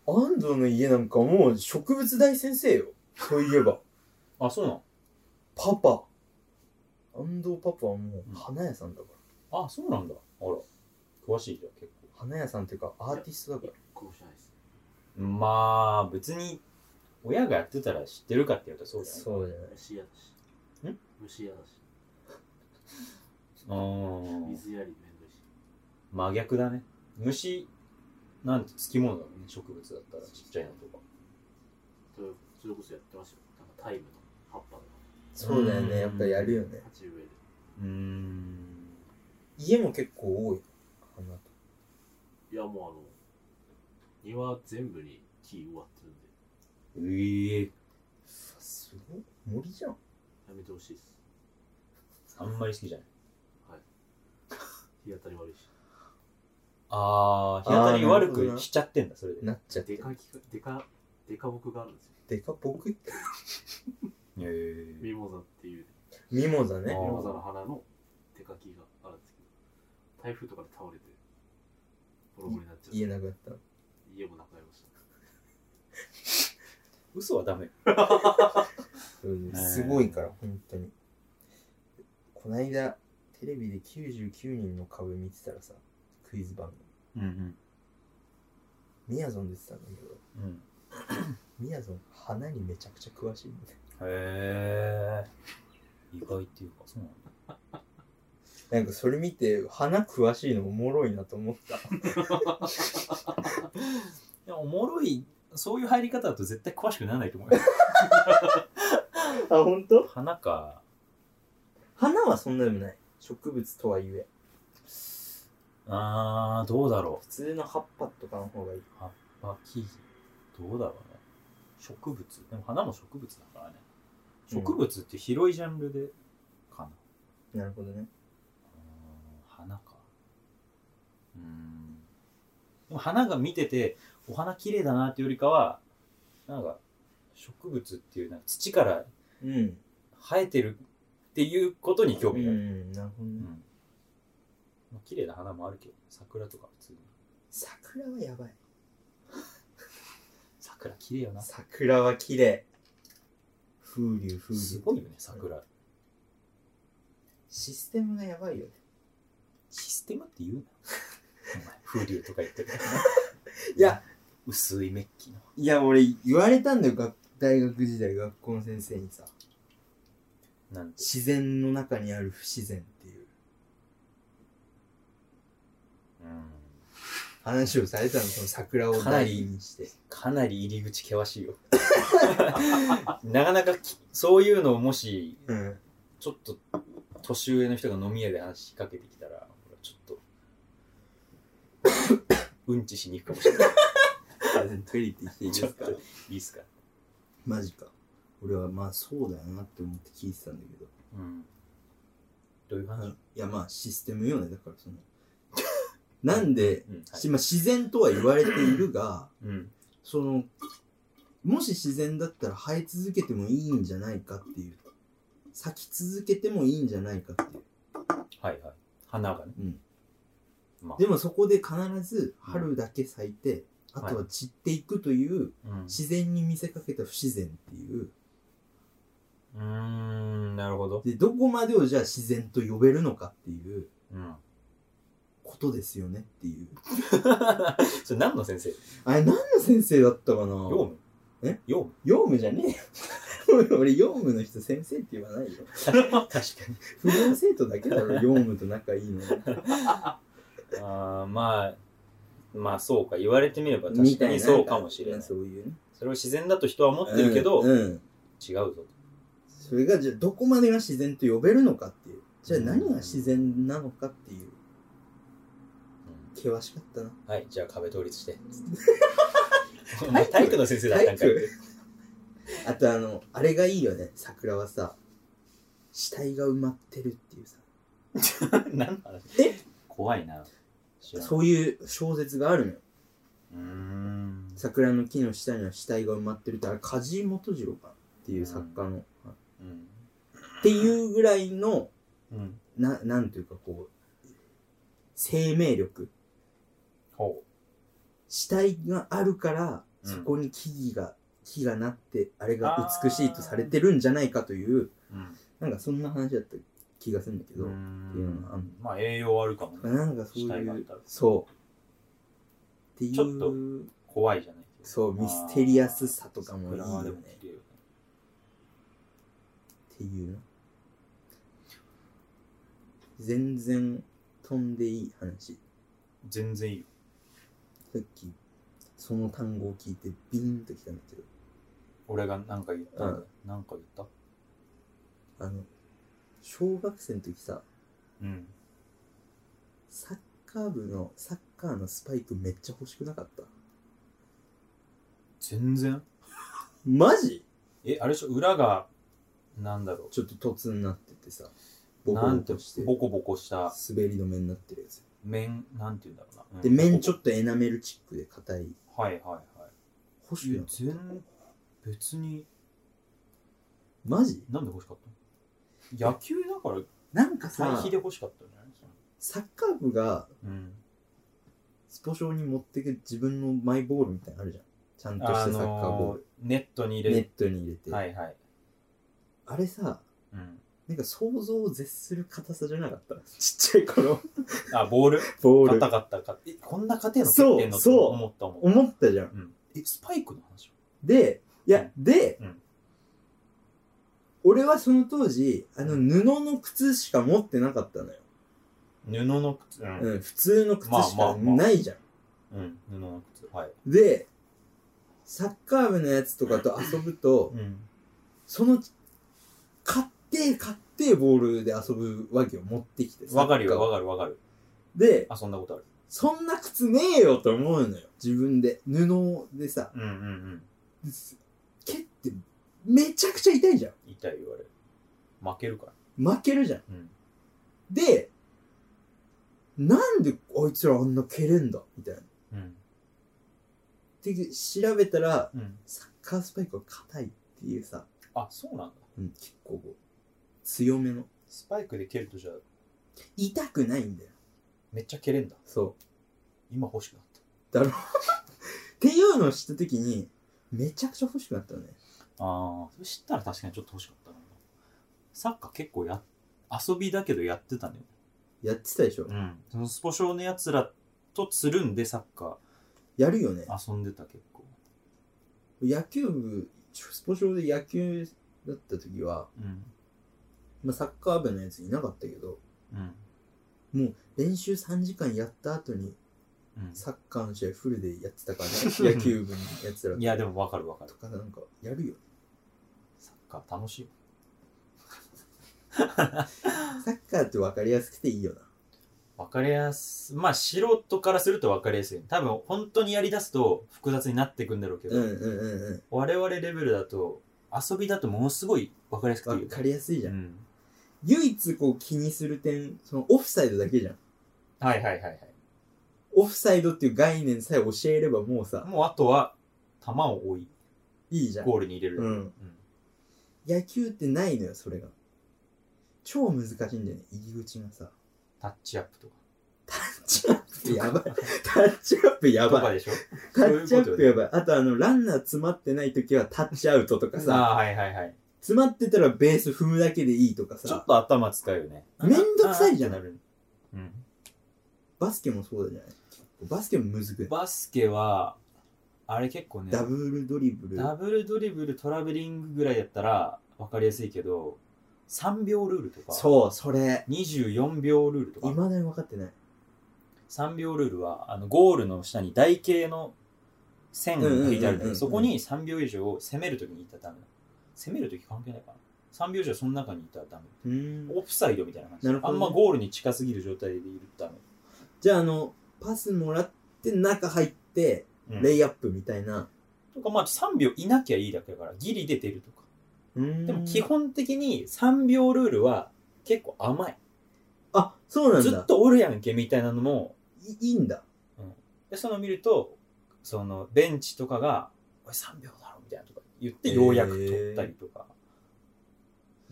安藤の家なんかもう植物大先生よそういえば
あそうなの
パパ安藤パパはも
うん
う花屋さんだから、
あそうなんだあら詳しいじゃん結
花屋さんっていうかアーティストだから
こうしないです
構まあ別に親がやってたら知ってるかって言うとそうだよね
そうじゃない
虫嫌だし
ん
虫嫌だし
うーん
水やりめんどいし
真逆だね虫なんてつきものだもんね植物だったらちっちゃいのとか
それそれこそやってましたよなんかタイムの葉っぱの
そうだよね、やっぱやるよね。
鉢植えで
うん
家も結構多い。花と
いやもうあの庭全部に木植わってるんで
ええ
さすごい。森じゃん。
やめてほしいです
あんまり好きじゃない
日当たり悪いし
ああ日当たり悪
あーなるほど
く
な
しちゃってんだそれで
なっちゃって
で。かきかでかでか木があるんですよ
でか僕って。
ええ
ミモザっていう
ミモザね
あ。
ミモザの花のでかきがあるんですけど台風とかで倒れてボロボロになっちゃって
家なくなった。
家もなくなりました
嘘はダメ
うん
へー
すごいから、本当に。こないだ、テレビで99人の株見てたらさ、クイズ番組。
うん
みやぞん出てたんだけど、
うんうん
みやぞん、花にめちゃくちゃ詳しいんだよ。
へえ意外っていうかそうなんだ
なんかそれ見て、花詳しいのおもろいなと思った。
いやおもろいそういう入り方だと絶対詳しくならないと 思うよ
あ、本当？
花か
花はそんなでもない。植物とはいえ、
あーどうだろ
普通の葉っぱとかの方がいい。
う葉っぱ木どうだろうね植物でも花も植物だからね
うん
植物って広いジャンルでかな、
なるほどね。
うーん花かうーんでも花が見ててお花綺麗だなっていうよりかはなんか植物っていうなんか土から
うん。
生えてるっていうことに興
う
味がある、
ん、なるほど
うん
ね。
まあ、綺麗な花もあるけど桜とか普通に
桜はやばい。
桜綺麗よな
桜は綺麗。風流、風流。
すごいよね桜
システムがやばいよね。
システムって言う なお前風流とか言ってる
いや
薄いメッキの
いや、俺、言われたんだよ、学大学時代、学校の先生にさ。
なんて
自然の中にある不自然っていう
うん
話をされたの、その桜を
かな
大
り
事にして。
かなり入り口険しいよ なかなかきそういうのをもし
うん。
ちょっと年上の人が飲み屋で話しかけてきたら俺はちょっ とうんちしに行くかもしれない
トイレ行ってきていい
ち
で
ょっ
すか
といいですか
マジか。俺はまあそうだよなって思って聞いてたんだけど。
うんどういう話、
いやまあシステムよね、だから その。なんで、
うんはい
しまあ自然とは言われているが、
うん
その、もし自然だったら生え続けてもいいんじゃないかっていう。咲き続けてもいいんじゃないかっていう。
はいはい花がね
でもそこで必ず春だけ咲いて、
うん
あとは散っていくという、
うんう
自然に見せかけた不自然っていう。
ーんなるほど、
で、どこまでをじゃあ自然と呼べるのかっていう
うん、
ことですよねっていう。
それ何の先生
あれ何の先生だったかな
ヨウム
え
ヨウ ム
ヨウムじゃねえよ。俺、ヨウムの人先生って言わないよ。
確かに
不良生徒だけだ ろ、ヨウムと仲いいの。
あーまあまあそうか言われてみれば
み
確か
たい
に
な。
そうかもしれないそ
そういうね。
れを自然だと人は思ってるけど、
うん。うん
違うぞ
それが、じゃあどこまでが自然と呼べるのかっていう。じゃあ何が自然なのかっていう。険しかったな。
はいじゃあ壁倒 立してお前体育の先生だったんかい
体育あと、あの、あれがいいよね、桜はさ。死体が埋まってるっていうさ。
何の話
え
怖いな知らん
そういう小説があるのよ。
うーん
桜の木の下には死体が埋まってるってあれ梶井元次郎かっていう作家の、
うん
っていうぐらいの
うん
ななんていうかこう生命力
ほ
死体があるから、
うん
そこに木々が木がなってあれが美しいとされてるんじゃないかという
ううん
なんかそんな話だった気がするんだけど、
うー
っていうのはあん
んまあ栄養あるかもね
なんかそう
死体
い
があっ
う
たら
そうってい
ちょっと
う
怖いじゃないけど
そうミステリアスさとかもいいよ
桜
ね
でも綺麗よね
っていうな全然飛んでいい話
全然いいよ
さっきその単語を聞いてビーンときたんだけど
俺が何か言ったんだよ。何か言った
あの小学生の時さ
うん。
サッカー部のサッカーのスパイクめっちゃ欲しくなかった
全然。
マジ
え、あれでしょ、裏が、なんだろ
ちょっと凸になっててさ
う。
ボコ
な
ボ
んて
コして、
ボコボコした
滑り止めになってるやつ
面、なんて言うんだろうな。うん
で面ちょっとエナメルチックで硬い
はいはいは
欲
い。
し
い
く
や
なかった
全、別に、
マジ
なんで欲しかったの野球だから、
なんか
対
さ
比で欲しかったんじゃない
サッカー部が
うん。
スポ少に持ってく自分のマイボールみたいなのあるじゃんちゃんとしたサッカーボー
のー
ル、
ネットに入
ネ
れ
ットに入れて、
て。はいはい。
あれさ
うん。
なんか想像を絶する硬さじゃなかった ちっちゃい頃
あ、ボール
ボール
硬かったか。え、こんな硬いの
そう
食ってんの
そう
思ったもん。
思ったじゃん
うん。え、スパイクの話
でいうや
ん
で、
うん
俺はその当時あの布の靴しか持ってなかったのよ、
布の靴。う。
うんん、普通の靴し
まあま
か
あまあ
ないじゃん、
うん。布の靴。はい。
でサッカー部のやつとかと遊ぶと
うん。
その買って買ってボールで遊ぶわけを持ってきて
わかるよ、わ
か
かるわかる。
で
遊んだことある。
そんな靴ねえよと思うのよ自分で布でさ
うんうんうん。
蹴ってめちゃくちゃ痛いじゃん
痛い言われる。負けるから。
負けるじゃん
うん。
でなんであいつらあんな蹴れんだみたいな
うん。
で調べたら
うん。
サッカースパイクは硬いっていうさ、
あ、そうなんだ。
うん、結構強めの
スパイクで蹴るとじゃあ、
痛くないんだよ
めっちゃ蹴れんだ。
そう
今欲しくなった。
っていうのを知った時にめちゃくちゃ欲しくなったのね
ああ、それ知ったら確かにちょっと欲しかったな。サッカー結構や、遊びだけどやってたね。
やってたでしょ、
うん。そのスポ少のやつらとつるんでサッカ
やるよね
ー遊んでた結構。
野球部スポ少で野球だった時は、
うん。
まあ、サッカー部のやついなかったけど
うん。
練習3時間やった後に
うん
サッカーの試合フルでやってた からね野球部のやつらと
いや、でも分かる分かる
と。かなんかやるよ
サッカー楽しい。
サッカーって分かりやすくていいよな
分かりやすまあ素人からすると分かりやすい多分本当にやりだすと複雑になっていくんだろうけど、
うんうんうんうん
我々レベルだと遊びだとものすごい分かりやすくていい
分
よ
かりやすいじゃん、
うん、
唯一こう気にする点そのオフサイドだけじゃん
はいはいはいはい
オフサイドっていう概念さえ教えればもうさ
もうあとは球を追い
いいじゃん
ゴールに入れる、
うん野球ってないのよそれが超難しいんだよね入り口がさ
タッチアップとか
タッチアップやばいタッチアップや
とか
ばい
でしょ
タッチアップや
ばい
ばいあとあのランナー詰まってない時はタッチアウトとか
あ
さ
あはいはいはい
詰まってたらベース踏むだけでいいとか
ちょっ
さ
と頭使うよね
めんどくさいじゃん
あーってるうん
バスケもそうだじゃないバスケもむずくない
バスケはあれ結構ね
ダブルドリブル
ダブルドリブルトラベリングぐらいやったら分かりやすいけど3秒ルールとか
そうそれ
24秒ルールと
い
か
まだに分かってない
3秒ルールはあのゴールの下に台形の線が引いてあるんだ
うんうんうんう
けど
ん
そこに3秒以上攻めるときに行ったらダメだ攻めるとき関係ないかな3秒以上その中にいたらダメ
うーん
オフサイドみたいな感じ
なるほどね
あんまゴールに近すぎる状態でいるとダ
じゃああのパスもらって中入って
メ、うん
レイアップみたいな、
とかまあ3秒いなきゃいいだけだからギリで出るとかで
で
も基本的に3秒ルールは結構甘い
あそうなんだ
ずっとおるやんけみたいなのも
いいいんだ
でその見るとそのベンチとかが「おい3秒だろ」みたいなとか言ってようやく取ったりとか、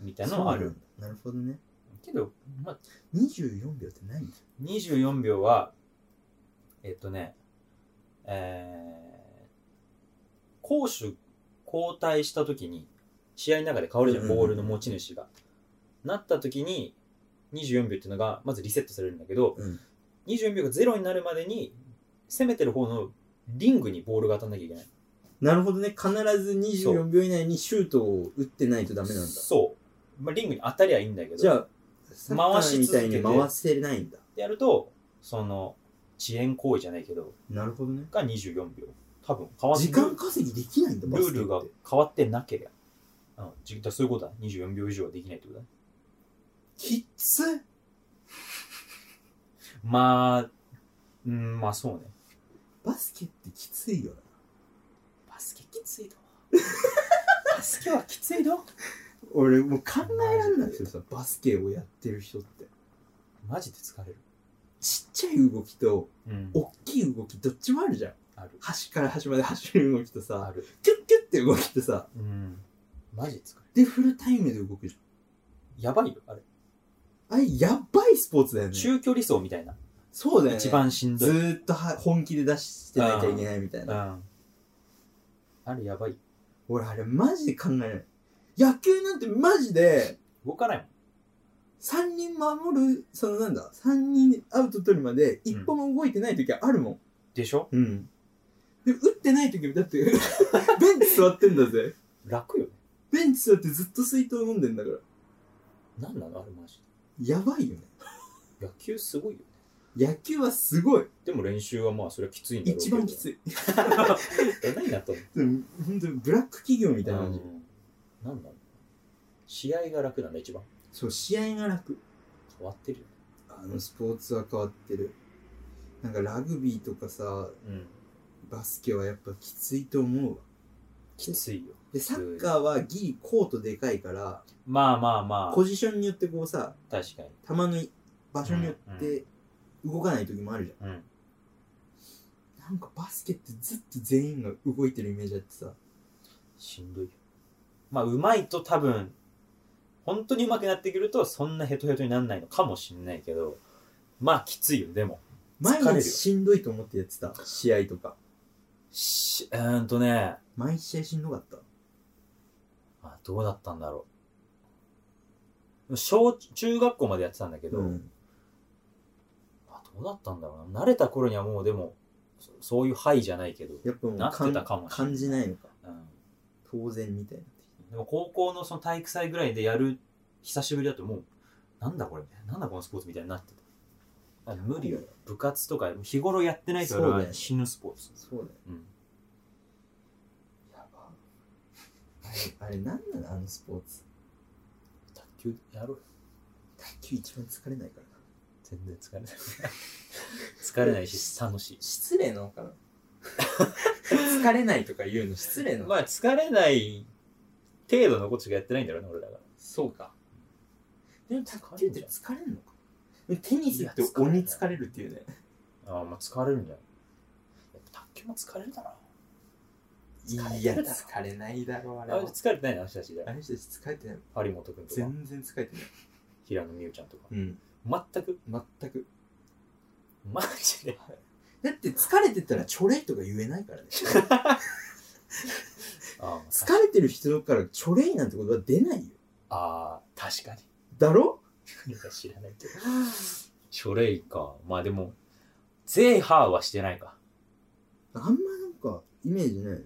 みたいなのはあ
そう
る
なんだなるほどね
けど、まあ、
24秒って何
24秒はえっとねえー、攻守交代した時に試合の中で変わるじゃん、
うんうんうん
ボールの持ち主が。なった時に24秒っていうのがまずリセットされるんだけど、
うん
24秒が0になるまでに攻めてる方のリングにボールが当たんなきゃいけない。
なるほどね必ず24秒以内にシュートを打ってないとダメなんだ
そう、まあ、リングに当たりゃいいんだけど
じゃあサッカ
回し
ーみ
続
た
け
い
て
に回せないんだ
やるとその遅延行為じゃないけど
なるほどね
が24秒多分変わっ
時間稼ぎできないんだ
ル
バスケ
ー
って
ルが変わってなければ、うん、じだからそういうことだ24秒以上はできないってことだね
きっつ
まあうんまあそうね
バスケってきついよな
バスケきついどバスケはきついど
俺もう考えられないですよさバスケをやってる人って
マジで疲れる
ちっちゃい動きと
うん
大きい動きどっちもあるじゃん
ある
端から端まで走る動きとさ
ある
キュッキュッて動きとさ
うんマジで疲れる
でフルタイムで動くじ
やばいよあれ
ゃんあれやばいスポーツだよね
中距離走みたいな、
そうだよね
一番しんど
ず
い、うん、
ーっとは本気で出してなきゃいけないみたいな
あれやばい
俺あれマジで考えない野球なんてマジで
動かないもん
3人守るそのなんだ3人アウト取るまで一歩も動いてない時はあるもん
でしょ
うん、で打ってない時もだってベンチ座ってんだぜ
楽よね
ベンチ座ってずっと水筒飲んでんだから
なんなのあれマジ
やばいよね
で野球すごいよね
野球はすごい
でも練習はまあそれはきついんだろうけ
一
ど
番きつい
え何やったの
でも本当にブラック企業みたいな感じ、
うんなんなの試合が楽なんだ一番
そう試合が楽
変わってるよ、
あのスポーツは変わってるなんかラグビーとかさ
うん、
バスケはやっぱきついと思うわ
きついよ
でサッカーはギリコートでかいから
まあまあま
ポジションによってこうさ
あ確かに
球の場所によって動かない時もあるじゃん
うん
なんかバスケってずっと全員が動いてるイメージあってさ
しんどいよまあうまいと多分本当にうまくなってくるとそんなヘトヘトにならないのかもしんないけどまあきついよでも
毎
れるよ
日しんどいと思ってやってた試合とか
しうーんとね
毎試合しんどかった
あどうだったんだろう小中学校までやってたんだけど、
うん
あどうだったんだろうな慣れた頃にはもうでもそそういう「はい」じゃないけど、
やっぱもう
なってたかもしれない
感じないのか
うん、
当然みたいな
でも高校のその体育祭ぐらいでやる久しぶりだともうなんだこれなんだこのスポーツみたいになってたあ無理よ部活とか日頃やってないと
そうだよ
俺は死ぬスポーツ
そうだよ
うん
やばあれあれなんなのあのスポーツ
卓球やろうよ
卓球一番疲れないからな
全然疲れない 疲れないし楽しいし
失礼なのか な疲れないとか言うの失礼なの
まあ疲れない程度のことしかやってないんだろうね俺らが
そうか
でも卓球って疲れんのかテニスって
いや疲れない
鬼疲れるっていうね
ああまあ疲れるんじゃないやっぱ卓球も疲れるだろ
い
疲れて
や
るだろ
疲れないだろうあれ
あれ
は
疲れてないのあの人たちで
あの人たち疲れてない
張本君とか
全然疲れてない
平野美宇ちゃんとか
うん
全く
全く
マジで
だって疲れてたらちょれとか言えないからね
ああ
疲れてる人からちょれいなんてことは出ないよ
あー確かに
だろ
何か知らないけど書類かまあでもゼーハーはしてないか
あんまなんかイメージないよね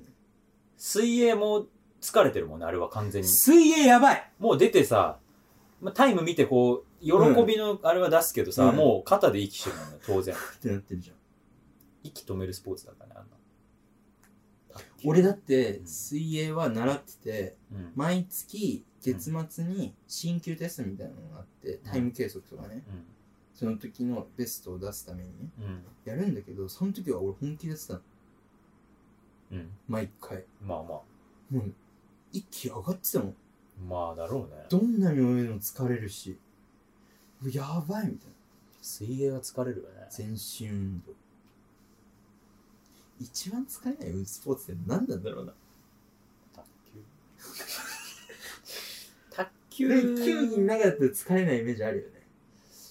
水泳も疲れてるもんねあれは完全に
水泳やばい
もう出てさ、まあ、タイム見てこう喜びのあれは出すけどさ、
うん
もう肩で息してるもんね当然
ってなってるじゃん
息止めるスポーツだからねあんな
俺だって水泳は習ってて
うん
毎月月末に進級テストみたいなのがあってタイム計測とかねその時のベストを出すためにね
うんうん
やるんだけどその時は俺本気でやってたの
うん
毎回
まあまあ
もう息上がってたもん
まあだろうね
どんなに泳いでも疲れるしやばいみたいな
水泳は疲れるよね
全身運動一番疲れないスポーツって何なんだろうな
卓球卓球
球技の中だと疲れないイメージあるよね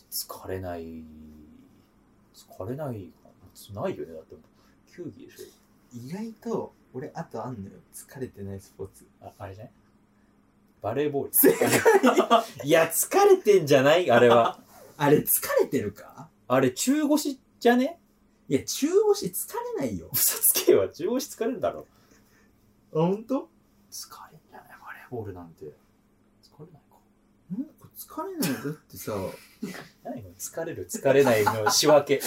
疲れない疲れないかなないよねだってもう球技でし
意外と俺あとあんのよ疲れてないスポーツ
ょああれじゃないバレーボール いや疲れてんじゃないあれは
あれ疲れてるか
あれ中腰じゃね
いや中腰疲れないよ
嘘つけは中腰疲れるだろ
あ本当？
疲れんじゃないバレーボールなんて疲れないか
なんか疲れないだってさ
何これ疲れる疲れないの仕分け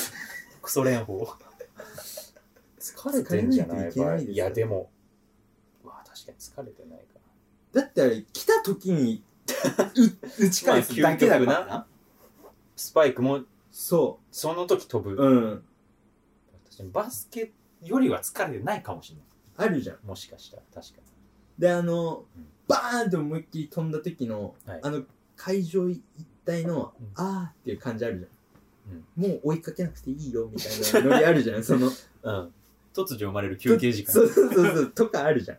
クソ連法疲疲れてんじゃない
疲れないといけないですよ
いや、でも、うわあ、確かに疲れてないか
だってあれ来た時に う打ち返すだけだから
まあ究極なスパイクも、
そ
その時飛ぶ。
ううん
確かにバスケよりは疲れてないかもしれない。
あるじゃん
もしかしたら、確かに。
であの
うん
バーンと思いっきり飛んだ時の、
はい
あの会場一帯の、
うん
あーっていう感じあるじゃん、もう追いかけなくていいよみたいなノリあ るじゃんその
うん。突如生まれる休憩時
そう
間。
そうそうそうとかあるじゃん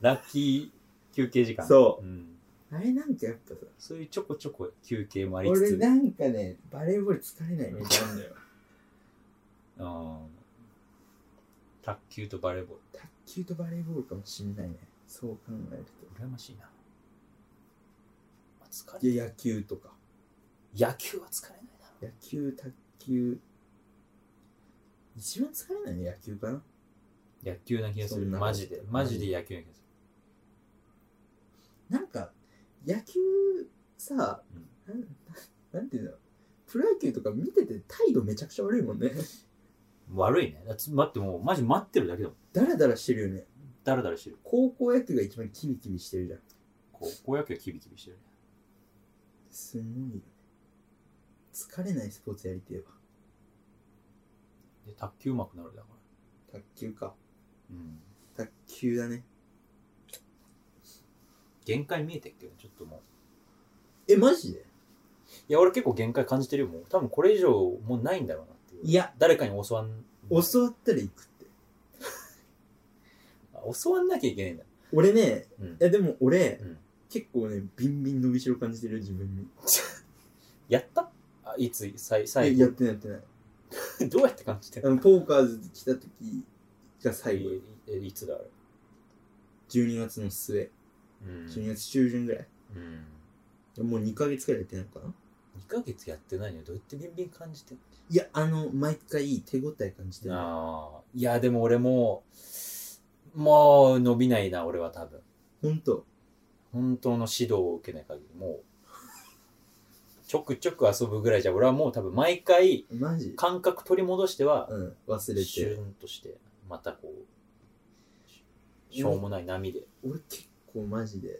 ラッキー休憩時間。
そ
うん。
あれなんかやっぱさ
そういうちょこちょこ休憩もありつ
俺
つ。
なんかねバレーボール疲れないみたいなんだよ
うん。卓球とバレーボー
卓球とバレーボールかもしんないねそう考える
ル。羨ましいな。まあ疲れ
といや野球とか
野球は疲れないな。
野球卓球一番疲れないの野球かな
野球な気がす
そ
る。
んな
マジで。マジで野球な気がする。
なんか野球さ、なんななんていうんだろうプロ野球とか見てて態度めちゃくちゃ悪いもんね
悪いね。だって待ってもう、マジ待ってるだけだもん。
ダラダラしてるよね
だらだらしてる。
高校野球が一番キビキビしてるじゃん
こう、高野球はキビキビしてるね。
すごいよね疲れないスポーツやりてえわ
で、卓球うまくなるだから。
卓球か
うん。
卓球だね
限界見えてっけど、ちょっともう。
えマジで
いや、俺結構限界感じてるよ、もう。多分これ以上もうないんだろうなっていう。
いや
誰かに教わん、
教わったら行くって
あ教わんなきゃいけないんだ。
俺ね
うん
い。やでも俺、
うん
結構ねビンビン伸びしろ感じてるよ自分に
やったあいつ、最、最
え
後
やっ。てないやってない
どうやって感じてる
あのポーカーズ来た時が最後
えいつだ、あれ。
12月の末
うん
12月中旬ぐらい、
うん。
もう2ヶ月くらいやってないのかな
2ヶ月やってないのにどうやってビンビン感じてん
いやあの毎回手応え感じてる
ああ。いや、でも俺もう、もう伸びないな、俺は多分。
ほんと
本当の指導を受けない限り、もう、ちょくちょく遊ぶぐらいじゃ、俺はもう多分毎回、
マジ
感覚取り戻しては、
うん忘れ
シュー
て
ンとして、またこう、ししょうもない波で。
俺結構マジで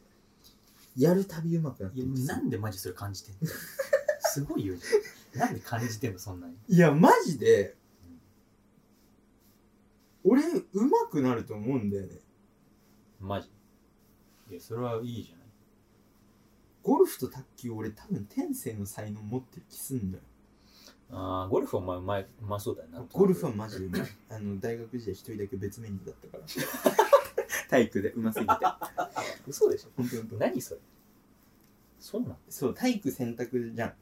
やるたびうまくなってる
んでマジそれ感じて んのすごいよね。なんで感じてんの、そんなに。
いやマジで俺うまくなると思うんだよね
マジ。いや、それはいいじゃない。
ゴルフと卓球俺多分天性の才能持ってる気すんだよ
ああ、ゴルフはお前、うまい、うまそうだよな。
ゴルフはマジでう まいあの大学時代一人だけ別メニューだったから 体育でう ますぎて
嘘でしょ。
本当本当
何それそうなの
そう体育選択じゃん好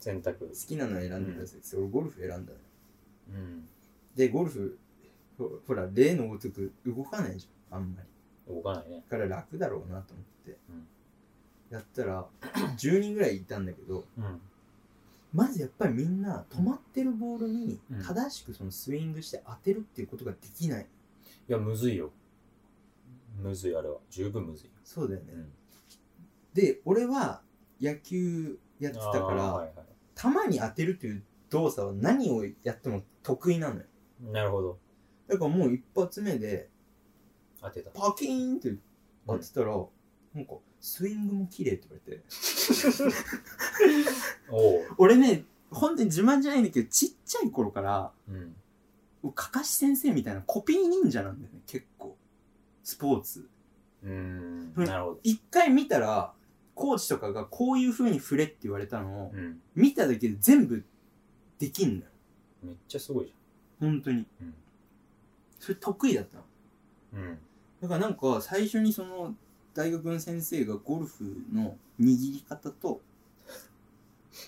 選択。
きなの選んでくださいって、俺ゴルフ選んだのよ
うん。
でゴルフほほら例のごとく動かないじゃんあんまり
動かないね。
だから楽だろうなと思って、
うん
やったら 10人ぐらいいたんだけど
うん。
まずやっぱりみんな止まってるボールに
うん
正しくそのスイングして当てるっていうことができない、
いや、むずいよ。むずい、あれは。十分むずいよ。
そうだよね、
うん
で俺は野球やってたか
あーは
ら
いは
球に当てるという動作は何をやっても得意なのよ
い、なるほど。
だからもう一発目で
当てた。
パキーンって当てたら、なんかスイングも綺麗って言われて
おう。
俺ね本当に自慢じゃないんだけどちっちゃい頃から
うん。
かかし先生みたいなコピー忍者なんだよね結構スポーツ
うーん。
うん
なるほど。
一回見たらコーチとかがこういう風に振れって言われたのを
うん。
見ただけで全部できんだよ
めっちゃすごいじ
本当に、
うん
それ得意だったの
ゃん。うん。
だからなんか最初にその大学の先生がゴルフの握り方と、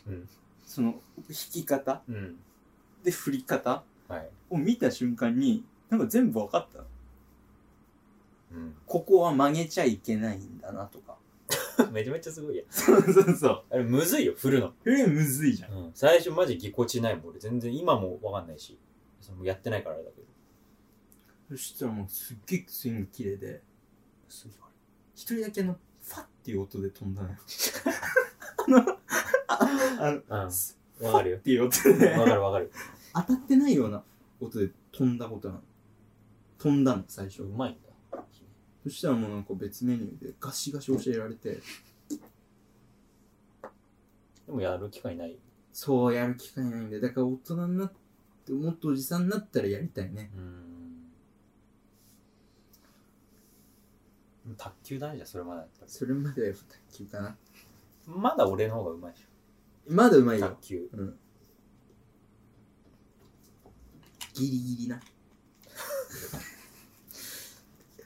うん
その引き方
うん。
で振り方
はい。
を見た瞬間になんか全部分かった
うん。
ここは曲げちゃいけないんだなとか
めちゃめちゃすごいやん。
そうそうそう
あれ、むずいよ、振るの。
それむずいじゃん
うん。最初、マジぎこちないもん。俺、全然、今もわかんないし。そのやってないからあれだけど。
そしたらもうすっげえスイング綺麗です
ごい。
一人だけあのファッっていう音で飛ん だのよあの
うん。
あ
わ
あの
かるよ
ファッっ。ていう音で
わかるわかる。
当たってないような音で飛んだことなの飛んだの最
う
初
まいんだ
そしたらもうなんか別メニューでガシガシ教えられて
でもやる機会ない、
そうやる機会ないんでだから大人になってもっとおじさんになったらやりたいね
うん卓球だねじゃあそれまでやったら
それまでは卓球かな
まだ俺の方がうまいでし
まだうまい
ょ
よ
卓球
ギリギリな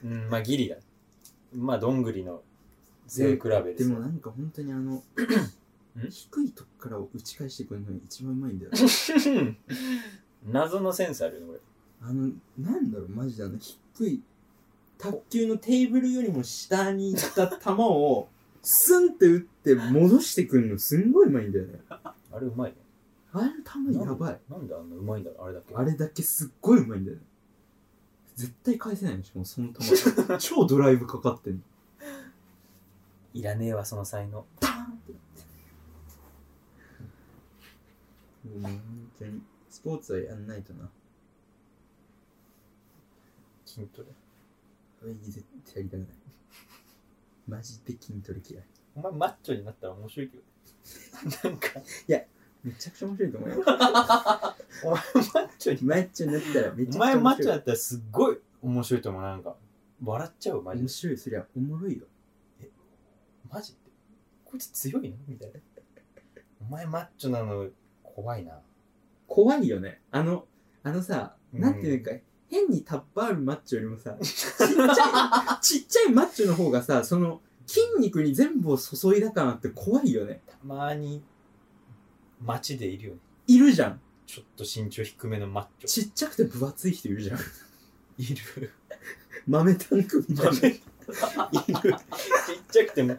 うんまあギリだまあどんぐりの背比べで
ですもなんか本当にあの低いとこから打ち返してくるのに一番うまいんだよ
謎のセンスあるよね
あのなんだろうマジであの低い卓球のテーブルよりも下に行った球 をスンって打って戻してくるのすんごいうまいんだよね
俺あれうまいね
あれの球やばい
なんであんなうまいんだろうあれだけ
あれだけすっごいうまいんだよね絶対返せないのしかもそ の球超ドライブかかってんの
いらねえわその才能
もう本当にスポーツはやんないとな
筋トレ
上に絶対やりたくないマジで筋トレ嫌い
お前マッチョになったら面白いけどなんか
めちゃくちゃ面白いと思うよ。
お前マッチョに
マッチョになったらめちゃく
お
ちゃ
前マ
面
ッチョ
白
だ
い。
ったらすっごい面白いと思うなんか笑っちゃうマジ
面
で
白い、そりゃおもろいよ。
マジってこいつ強いのみたいなお前マッチョなの怖いな
怖いよね。あの、あのさ、
うん
なんていうか、変にタッパーあるマッチョよりも さ、ちっちゃい、ちっちゃいマッチョの方がさ、その、筋肉に全部を注いだかなって怖いよね。
たまに街でいるよね
いるじゃん。
ちょっと身長低めのマッチョ
ちっちゃくて分厚い人いるじゃん。
いる。
豆タンクみたいな。
豆いる。ちっちゃくても、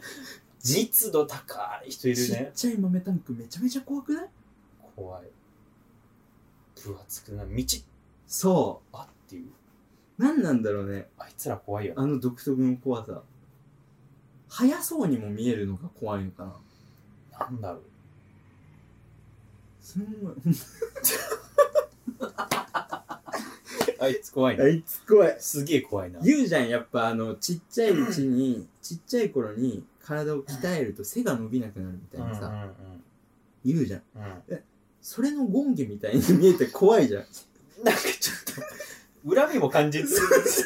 実度高い人いる
ちっ
ね。
ちゃい豆タンクめちゃめちゃ怖くない
怖い。分厚くない。道、
そ
あっていう。
う。なんなんだろうね。
あいつら怖いよね。
あの独特の怖さ。速そうにも見えるのが怖いのかな。
なんだろう。
すんごい。
あいつ怖いな。
あいつ怖い。
すげえ怖いな。
言うじゃん、やっぱあの、ちっちゃいうちに、ちっちゃい頃に体を鍛えると背が伸びなくなるみた
うん
いうなん
う
さ、
ん
言うじゃん。
うん。なんか
それのゴンゲみたいに見えて怖いじゃん。
ちょっと、恨みも感じつつ、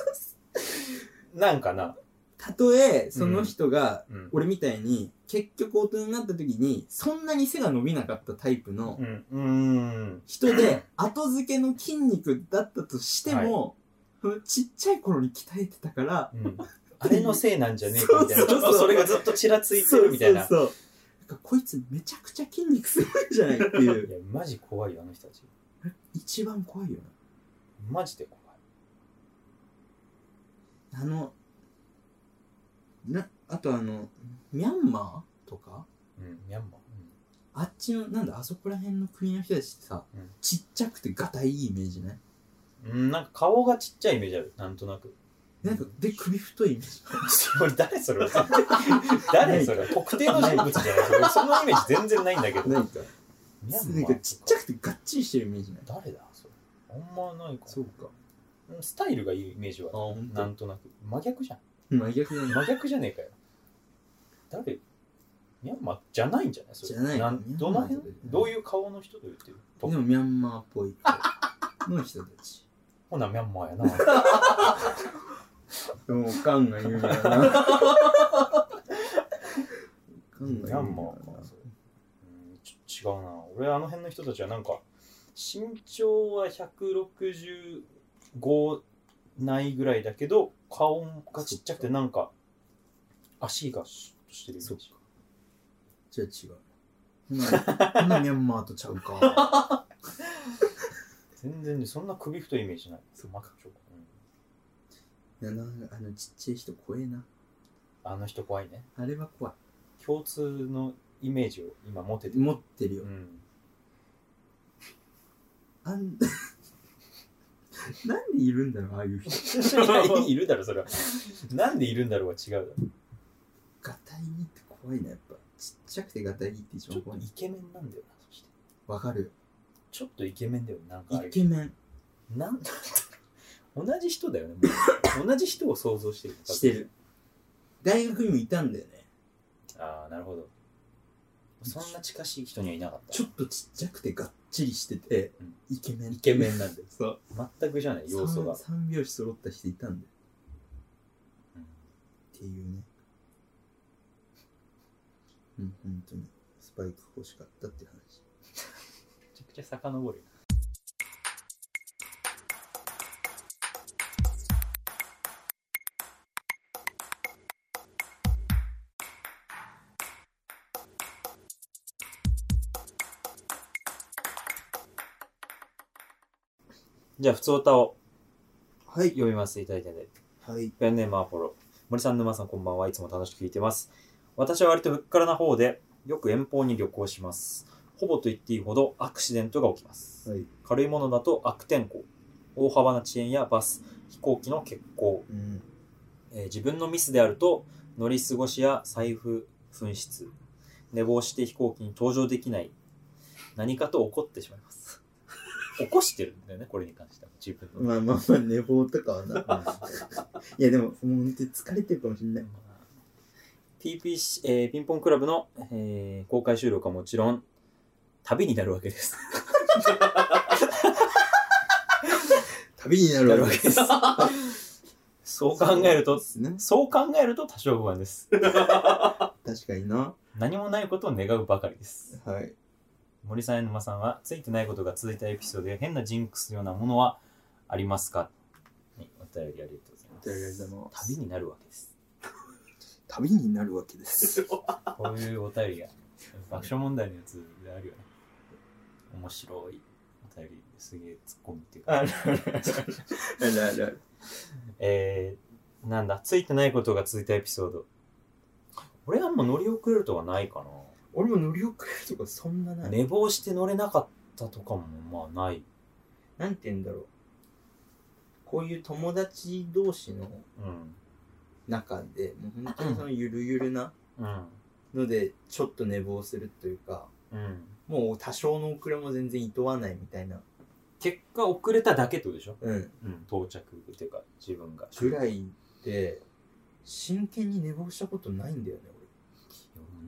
なんかな。
たとえ、その人が、
うん。
俺みたいに、結局大人になった時に、そんなに背が伸びなかったタイプの
うん。うん。
人で、後付けの筋肉だったとしても、そのちっちゃい頃に鍛えてたから、
うん あれのせいなんじゃねえかみたいな。ち
そ
ょ
うそうそう
っとそれがずっとちらついてるみたいな。
そうそうそう。なんかこいつめちゃくちゃ筋肉すごいんじゃないってい う
い。や、マジ怖いよ、あの人たち。
一番怖いよ
マジで怖い。
なあのなあとあのミャンマーとか
うん、ミャンマー。
あっちのなんだあそこら辺の国の人たちってさ、
うん
ちっちゃくてがたいいイメージね
うん、うんなんか顔がちっちゃいイメージある、なんとなく。
なんかで首太いイメージ
それ誰それ誰それ特定の人物じゃないそれそのイメージ全然ないんだけど。
なんか
ミャン
なん
マーと
か
か
ちっちゃくてがっちりしてるイメージない
誰だそれ。あんまないか
そうか
もうんスタイルがいいイメージは
あほん
あるなんとなく。真逆じゃん。
真逆だね
真逆じゃねえかよ。誰ミャンマーじゃないんじゃないそれ
じゃない
んどの辺
ミャンマーじゃない
どういう顔の人で言ってる
でもミャンマーっぽいの人たち
ほな、ミャンマーや な。
でもおかんが言うからなおかんが言う
ミ
な
ャンマーかそれうんちょ違うな俺あの辺の人たちはなんか身長は165ないぐらいだけど顔がちっちゃくてなんか足がシュッとしてるイメージ
じゃあ違うほなほなミャンマーとちゃうか
全然ねそんな首太いイメージないマッチョうん
いやなんかあのちっちゃい人怖えな
あの人怖いね
あれは怖
共通のイメージを今持てて
い持ってるよ、
うん
あんなんでいるんだろうああいう人
いやいるだろそれはなんでいるんだろうは違うだろ
ガタイにって怖いなやっぱちっちゃくてガタイにって一
ちょっ
番
と
怖い
イケメンなんだよなそして
わかる
ちょっとイケメンだよねなんかああいう
イケメン
なんだろう同じ人だよねもう同じ人を想像してる
してる大学にもいたんだよね
ああなるほどそんな近しい人にはいなかった
ちょっとちっちゃくてがっちりしてて、
うん
イケメン
イケメンなんで
そう
全くじゃない要素が、
三三拍子揃った人いたんだよ
うん
っていうねうん本当にスパイク欲しかったって話
めちゃくちゃ遡るよじゃあ、普通歌を
はい
読みませていただいたので、
はい
ペンネームアポロ。森さん、沼さん、こんばんは。いつも楽しく聞いてます。私は割とふっからな方で、よく遠方に旅行します。ほぼと言っていいほどアクシデントが起きます。
はい
軽いものだと悪天候、大幅な遅延やバス、飛行機の欠航、
うん
えー自分のミスであると乗り過ごしや財布紛失、寝坊して飛行機に搭乗できない、何かと怒ってしまいます。起こしてるんだよね、これに関しては。自分の。
まあまあまあ寝坊とかはな いやでももう本当に疲れてるかもしれない
PPC、えーピンポンクラブの、えー公開収録はもちろん、旅になるわけです。
旅になるわけです
そう考えると、
ね
そう考えると多少不安です。
確かにな
何もないことを願うばかりです。
はい
森さんや沼さんは、ついてないことが続いたエピソードや変なジンクスのようなものはありますかはいお便りありがとうございます。
お便りありがとうございます
旅になるわけです。
旅になるわけです
こういうお便りが、爆笑問題のやつであるよね。面白いお便り、すげえ突っ込みっていうか。
あるあるあるあるある
えー、なんだ、ついてないことが続いたエピソード。俺はもう乗り遅れるとかないか
俺も乗り遅れるとかそんな
な。
ない、
寝坊して乗れなかったとかも、まあない。
なんて言うんだろうこういう友達同士の
うん。
中でもう本当にそのゆるゆるな
うん。
のでちょっと寝坊するというか
うん。
もう多少の遅れも全然いとわないみたいな
結果遅れただけってことでしょ
うん
うん。到着っていうか、自分が。
ぐらいで真剣に寝坊したことないんだよね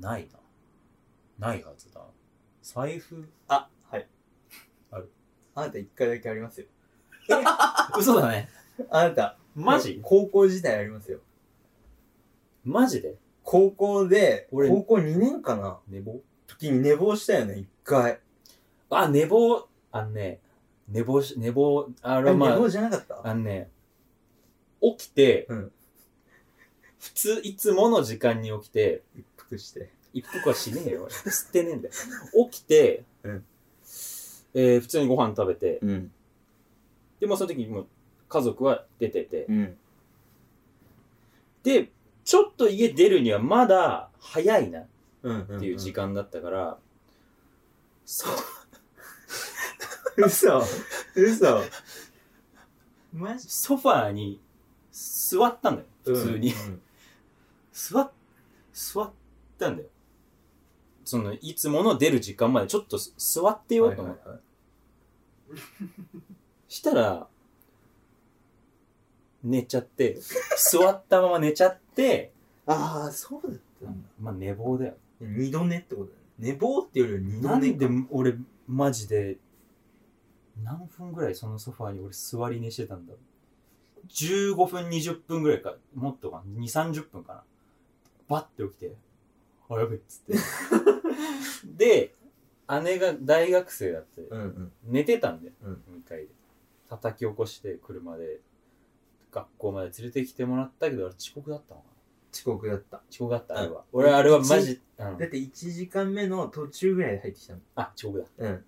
ないな。ないはずだ。財布、
あはい
俺あなた一回だけありますよ
嘘だね。
あなた
マジ
高校時代ありますよ
マジで
高校で
俺
高校2年かな
寝坊
時に寝坊したよね一回
あ、寝坊、あのね、寝坊し、寝坊、あ
あ
れはまあ
寝、坊じゃなかった
あのね、起きて、
うん
普通、いつもの時間に起きて、
一服して
一服はしねえ よ。吸ってねえんだよ。起きて、
うん
えー普通にご飯食べて、
うん
でもその時にもう家族は出てて、
うん
で、ちょっと家出るにはまだ早いなっ
うん
ていう時
間
間だったから、そう、
嘘嘘マジ
ソファーに座ったんだよ。普通に。
うん
座っ、座ったんだよ。その、いつもの出る時間までちょっとす座ってようと思って。したら、寝ちゃって、座ったまま寝ちゃって、
ああそうだったんだ
まあ寝坊だよ。
二度寝ってことだね寝坊っていうよりは二
な
度寝
ん
か
で俺、マジで、何分ぐらいそのソファーに俺座り寝してたんだろう。15分、20分ぐらいか、もっとかな、2、30分かな。バッて起きて、あ、やべえっつ って。で、姉が大学生だって、
うんうん
寝てたんで、
うん
2階で叩き起こして車で学校まで連れてきてもらったけどあれ遅刻だったのかな
遅刻だった
遅刻だったあれは、
うん
俺あれはマジ、う
だっ
ん、
て1時間目の途中ぐらいで入ってきたの
あ遅刻だ
うん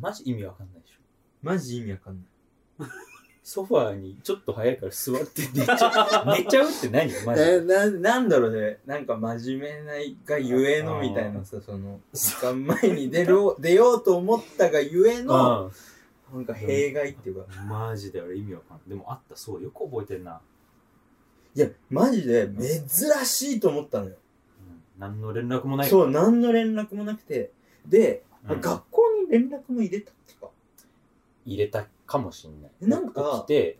マジ意味わかんないでしょ
マジ意味わかんない
ソファーにちょっと早いから座って寝ちゃ う寝ちゃうって 何よマジで
ななんだろうねなんか真面目ないがゆえのみたいなさその時間前に出る出ようと思ったがゆえの
う
なんか弊害っていうか
んマジであれ意味わかんないでもあったそうよく覚えてんな、
いやマジで珍しいと思ったのよ
うん、何の連絡もない
そう何の連絡もなくてで、
うん
学校に連絡も入れたってか
入れたかもしんない。
なんか
起きて、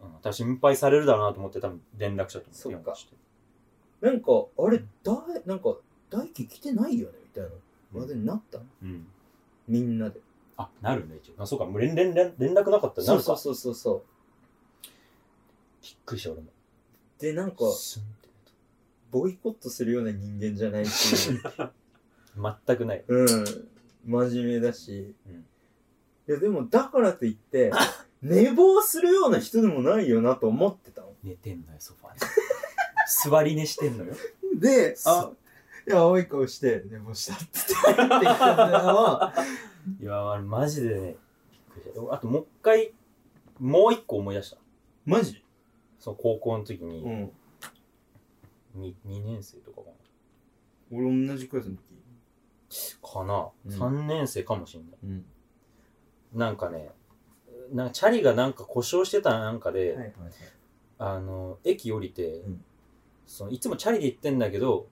うん、私心配されるだろうなと思って多分連絡したと
そ
思
う
っ
か
てして。
なんか、あれ、だい、なんか、大輝来てないよねみたいな。
うん
までになったの
うん。
みんなで。
あ、なるね、一応。あそうか、もう連連連連絡なかったらな
そ
るか。
うそうそうそうそう。
びっくりした、俺も。
で、なんか、
スンって
ボイコットするような人間じゃないし、
全くない。
うん、真面目だし。
うん
いや、でも、だからといって、寝坊するような人でもないよなと思ってたの。
寝てんのよ、ソ ファで。座り寝してんのよ。
で、あ
そ、
いや、青い顔して、寝坊したって言って帰ってきたのは、
いやー、マジでね、びっくりした。あともう一回、もう一個思い出した。
マジ
その高校の時に、
ん。
に2年生とかかな。
俺同じクラスの時。
かな、
うん
3年生かもしんない
うん。
なんかねなんかチャリがなんか故障してたなんかで、
はいはいはい。
あの駅降りて、
ん
そのいつもチャリで行ってんだけど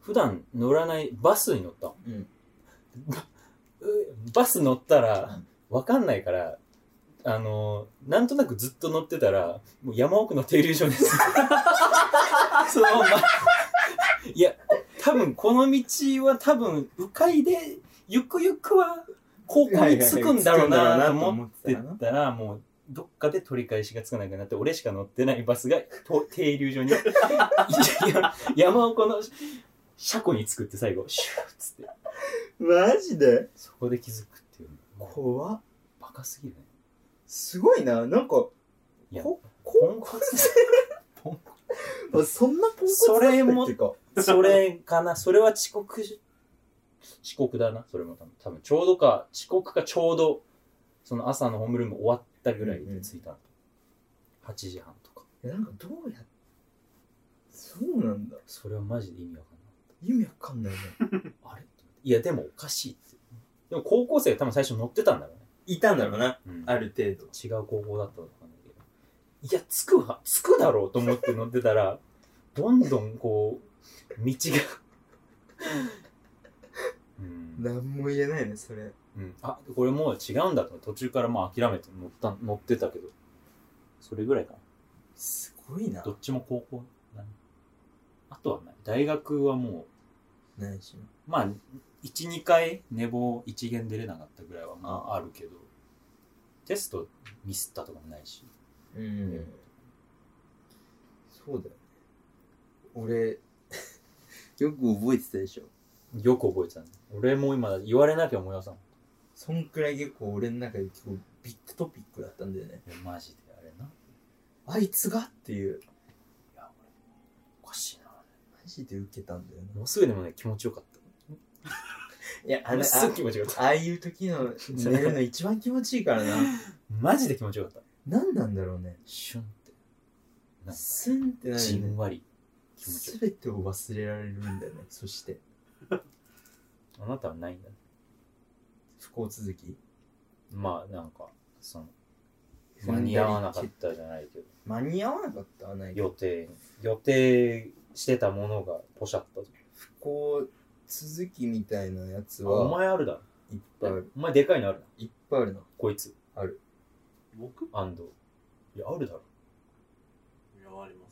普段乗らないバスに乗ったの、
うん
うバス乗ったら
う
わかんないからあのなんとなくずっと乗ってたらもう山奥の停留所です そのままいや多分この道は多分迂回でゆくゆくは高校に着くんだろうなと思っ
はい
て
はいはい着くんだろうなと思って
たらもうどっかで取り返しがつかなくなって俺しか乗ってないバスがと停留所 にいや山岡の車庫に着くって最後シューッつって
マジで
そこで気づくっていうもう
怖っ
バカすぎるね
すごいな。なんか、
いや
こ
ポンコツ
そんなポンコツだったっ
そ
け
れも
か。
それかなそれは遅刻し遅刻だなそれも多分多分ちょうどか遅刻かちょうどその朝のホームルーム終わったぐらいで着いたの、8時半とか
いやなんかどうやっそうなんだ
それはマジで意味わかんない
意味わかんないね
あれいや、でもおかしいって。でも高校生が多分最初乗ってたんだろ
いたんだろうな、
うね。
ある程度。
違う高校だったのかわかんないけど。いや、着くわ、着くだろうと思って乗ってた ら、どんどんこう、道が。うん、
何も言えないねそれ
うん、あこれもう違うんだと思って途中からまあ諦めて乗った乗ってたけどそれぐらいかな
すごいな
どっちも高校だねあとはない大学はもう
ないしな
まあ、1、2回寝坊1限出れなかったぐらいはまああるけど、テストミスったとかもないし。
うん、
ん
そうだよね俺 よく覚えてたでしょ
よく覚えてたね。俺も今言われなきゃ思い出さん。
そんくらい結構俺の中で結構ビッグトピックだったんだよね
いやマジであれな。
あいつがっていう
おかしいな。
マジで受けたんだよな
もうすぐでもね、気持ちよかった。
いやあ
も
の
うすぐ気持ちよかった。
ああいう時の寝るの一番気持ちいいから な
マジで気持ちよかった。
何なんだろうね
シュンって。なんか
スンってなるよ
じ
ね
んわり気持ちよ
すべてを忘れられるんだよねそして
かった。あなたはないんだね。
不幸続き
まあ、なんか、その、間に合わなかったじゃないけど、
間に合わなかったはないけど
予定、予定してたものがポシャったと。
不幸続きみたいなやつ
あお
は
前あるだろ。
いっぱいある
お前でかいのあるない
っぱいあるな
こいつ。
僕い
アンド。いや、あるだろ。
や、ありま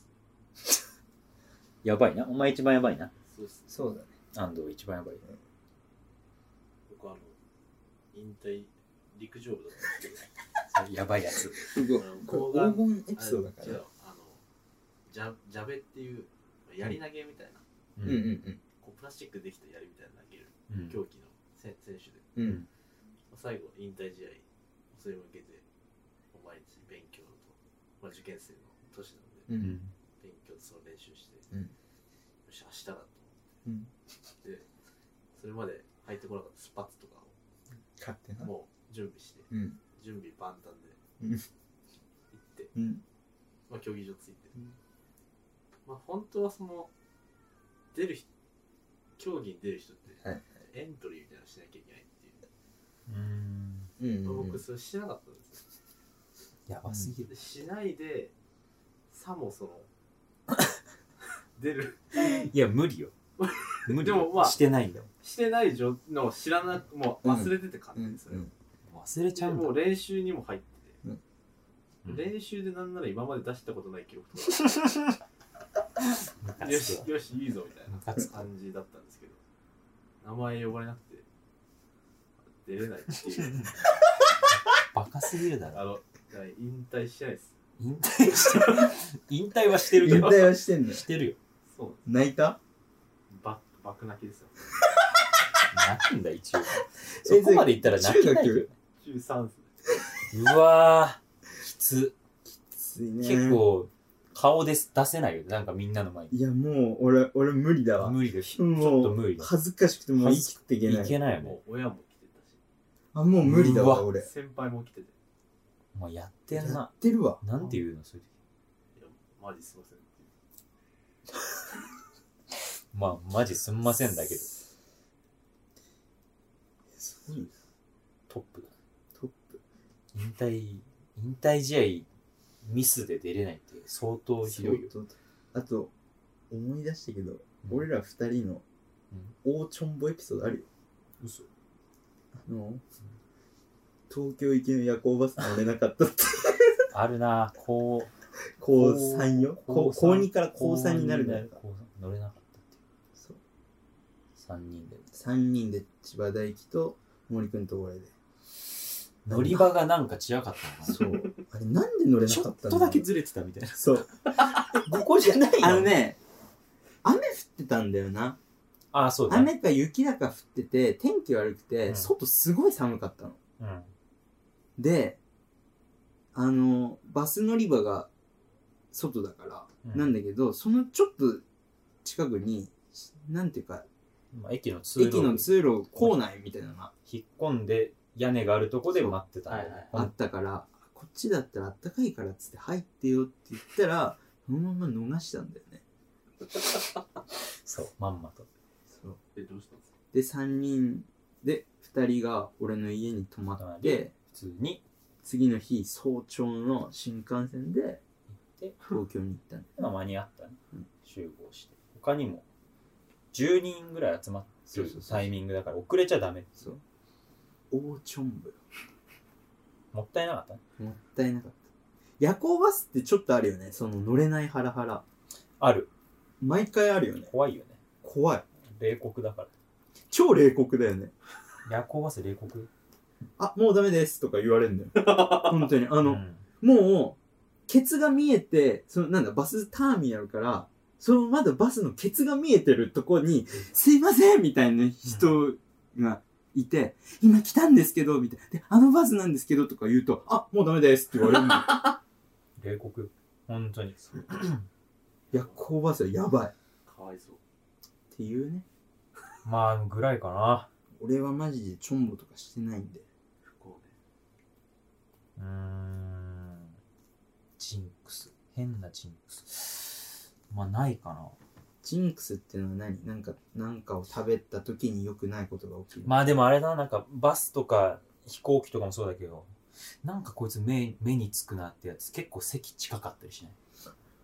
すね。
やばいな。お前一番やばいな。
そうですね。
そうだね
アンド一番やばい。
僕、あの、引退、陸上部だったんです
それやばいやつ。
す
け
ごい
ど、あの
こ
抗
れ
がん
黄金エピソードだか
あ違
ら
うあのジャジャベっていうやり投げみたいな、
う
うんうん。うん
こうプラスチックできたやりみたいなの投げる
うん
競技のせ選手で、
うん
最後引退試合それに向けて毎日勉強と、まあ、受験生の年なんで、
う
うんん
勉強とその練習して、
うん
よし明日だと思って、
うん
でそれまで入ってこなかったスパッツとかを
勝手な
もう準備して
うん
準備万端で
うん
行って、
うん
まあ、競技場ついて、
うん
まあ本当はその出る人競技に出る人って、
はい
エントリーみたいなのしなきゃいけないっていう、
うん。
うんうんうん
僕それしなかったんですよ
やばすぎる。
でしないでさも その出る
いや、無理よ。無理
で
よ
もまあ
してないんだよ。
してない状のを知らなもう忘れてて感
う
じ
ん
ですよ、
うん
忘れちゃ
で
うん
もう
だ。
練習にも入ってて
うん
練習でなんなら今まで出したことない 記録とかよしよしいいぞみたいな
かつくわ
感じだったんですけど名前呼ばれなくて出れないっていう
バカすぎるだろ
あの引退してないです
引退してる引退はしてるけ
引
ど
退はしてんのよ
してるよ
そうなんで
泣いた
すバッバク泣きですよ
泣くんだ一応そこまでいったら泣けないけど
中3です
うわーきつ
きついね
結構顔です出せないよなんかみんなの前に
いやもう俺俺無理だわ
無理だよちょっと
も
無理
う
だ
恥ずかしくてもう生きていけないい
けないよね
もう親も来てた
あもう無理だわ
うわ
俺
し先輩も来てて
もうやって
や
んな
ってるわ
なんて言うのそういう時
いやマジすいませんっていう
まあマジすんませんだけど
すごいね
トップだ
トップ
引退引退試合ミスで出れないって相当ひどいよ
そうあと思い出したけど、俺ら二人の
うん
大ちょんぼエピソードあるよ
嘘
あの、東京行きの夜行バス乗れな かったって
あるなこう
高3よ高
高
2から高3になるんだよ
高三乗れなかったって
そう
3人で
3人で千葉大樹と森くんと俺で
乗り場がなんか違かったのかな
そうあれなんで乗れなかったんろう
ずれてたみたいな。
そう
ここじゃない
あのね雨降ってたんだよな
あそうだね
雨か雪だか降ってて天気悪くて、
うん
外すごい寒かったの
うん
であのバス乗り場が外だから、
うん
なんだけどそのちょっと近くになんていうか
まあ駅の通
駅の
路
通路構内みたいなのが
引っ込んで屋根があるとこで待ってたんだよ
はいはい
ほ
あ
ん
ったからこっちだったらあったかいからっつって入ってよって言ったらそのまま逃したんだよね
そうまんまと
そう
えどうしたんですか
で3人で2人が俺の家に泊ま
泊ま
っ
り
て
普通に
次の日早朝の新幹線 で
行って
東京に行ったんだ
まあ間に合ったね
うん
集合して他にも10人ぐらい集まって
そうそう
る
そうそう
タイミングだから遅れちゃダメ
そう大ちょんぼよ
もったいなかったね
もったいなかった夜行バスってちょっとあるよねその乗れないハラハラ
ある
毎回あるよね
怖いよね
怖い
冷酷だから
超冷酷だよね
夜行バス冷酷
あもうダメですとか言われるんだよ本当にあ
あ
の、もうケツが見えてそのなんだバスターミナルからそのまだバスのケツが見えてるとこに「すいません」みたいな人がいて「今来たんですけど」みたいなで「あのバスなんですけど」とか言うと「あもうダメです」って言われるんだよ
冷酷本当に
夜行バスはやばいっ
かわいそう
ていうね
まあぐらいかな
俺はマジでチョンボとかしてないんで
不幸ね
うーんジンクス変なジンクスまあないかな
ジンクスっていうのは何なんかなんかを食べた時に良くないことが起きる、
まあでもあれだなんかバスとか飛行機とかもそうだけどなんかこいつ目目につくなってやつ結構席近かったりしない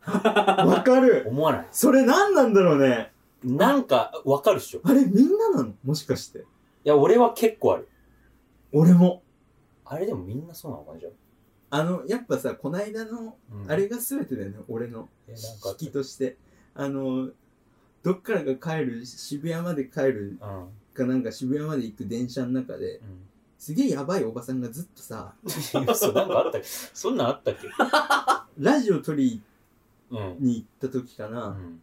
わかる
思 わない
それ何なんだろうね
なんかわかるっしょい
あれみんななのもしかして
や俺は結構ある
俺も
あれでもみんなそうなのかなじゃ
あの、やっぱさ、こないだの、
あ、うん
あれが全てだよね、俺の
えなんか
引きとして。あの、どっからか帰る、渋谷まで帰る
うん
かなんか渋谷まで行く電車の中で、すげえやばいおばさんがずっとさ、
うん嘘なんかあったっけそんなんあったっけ
ラジオ撮り
うん、
に行った時かな、
うん、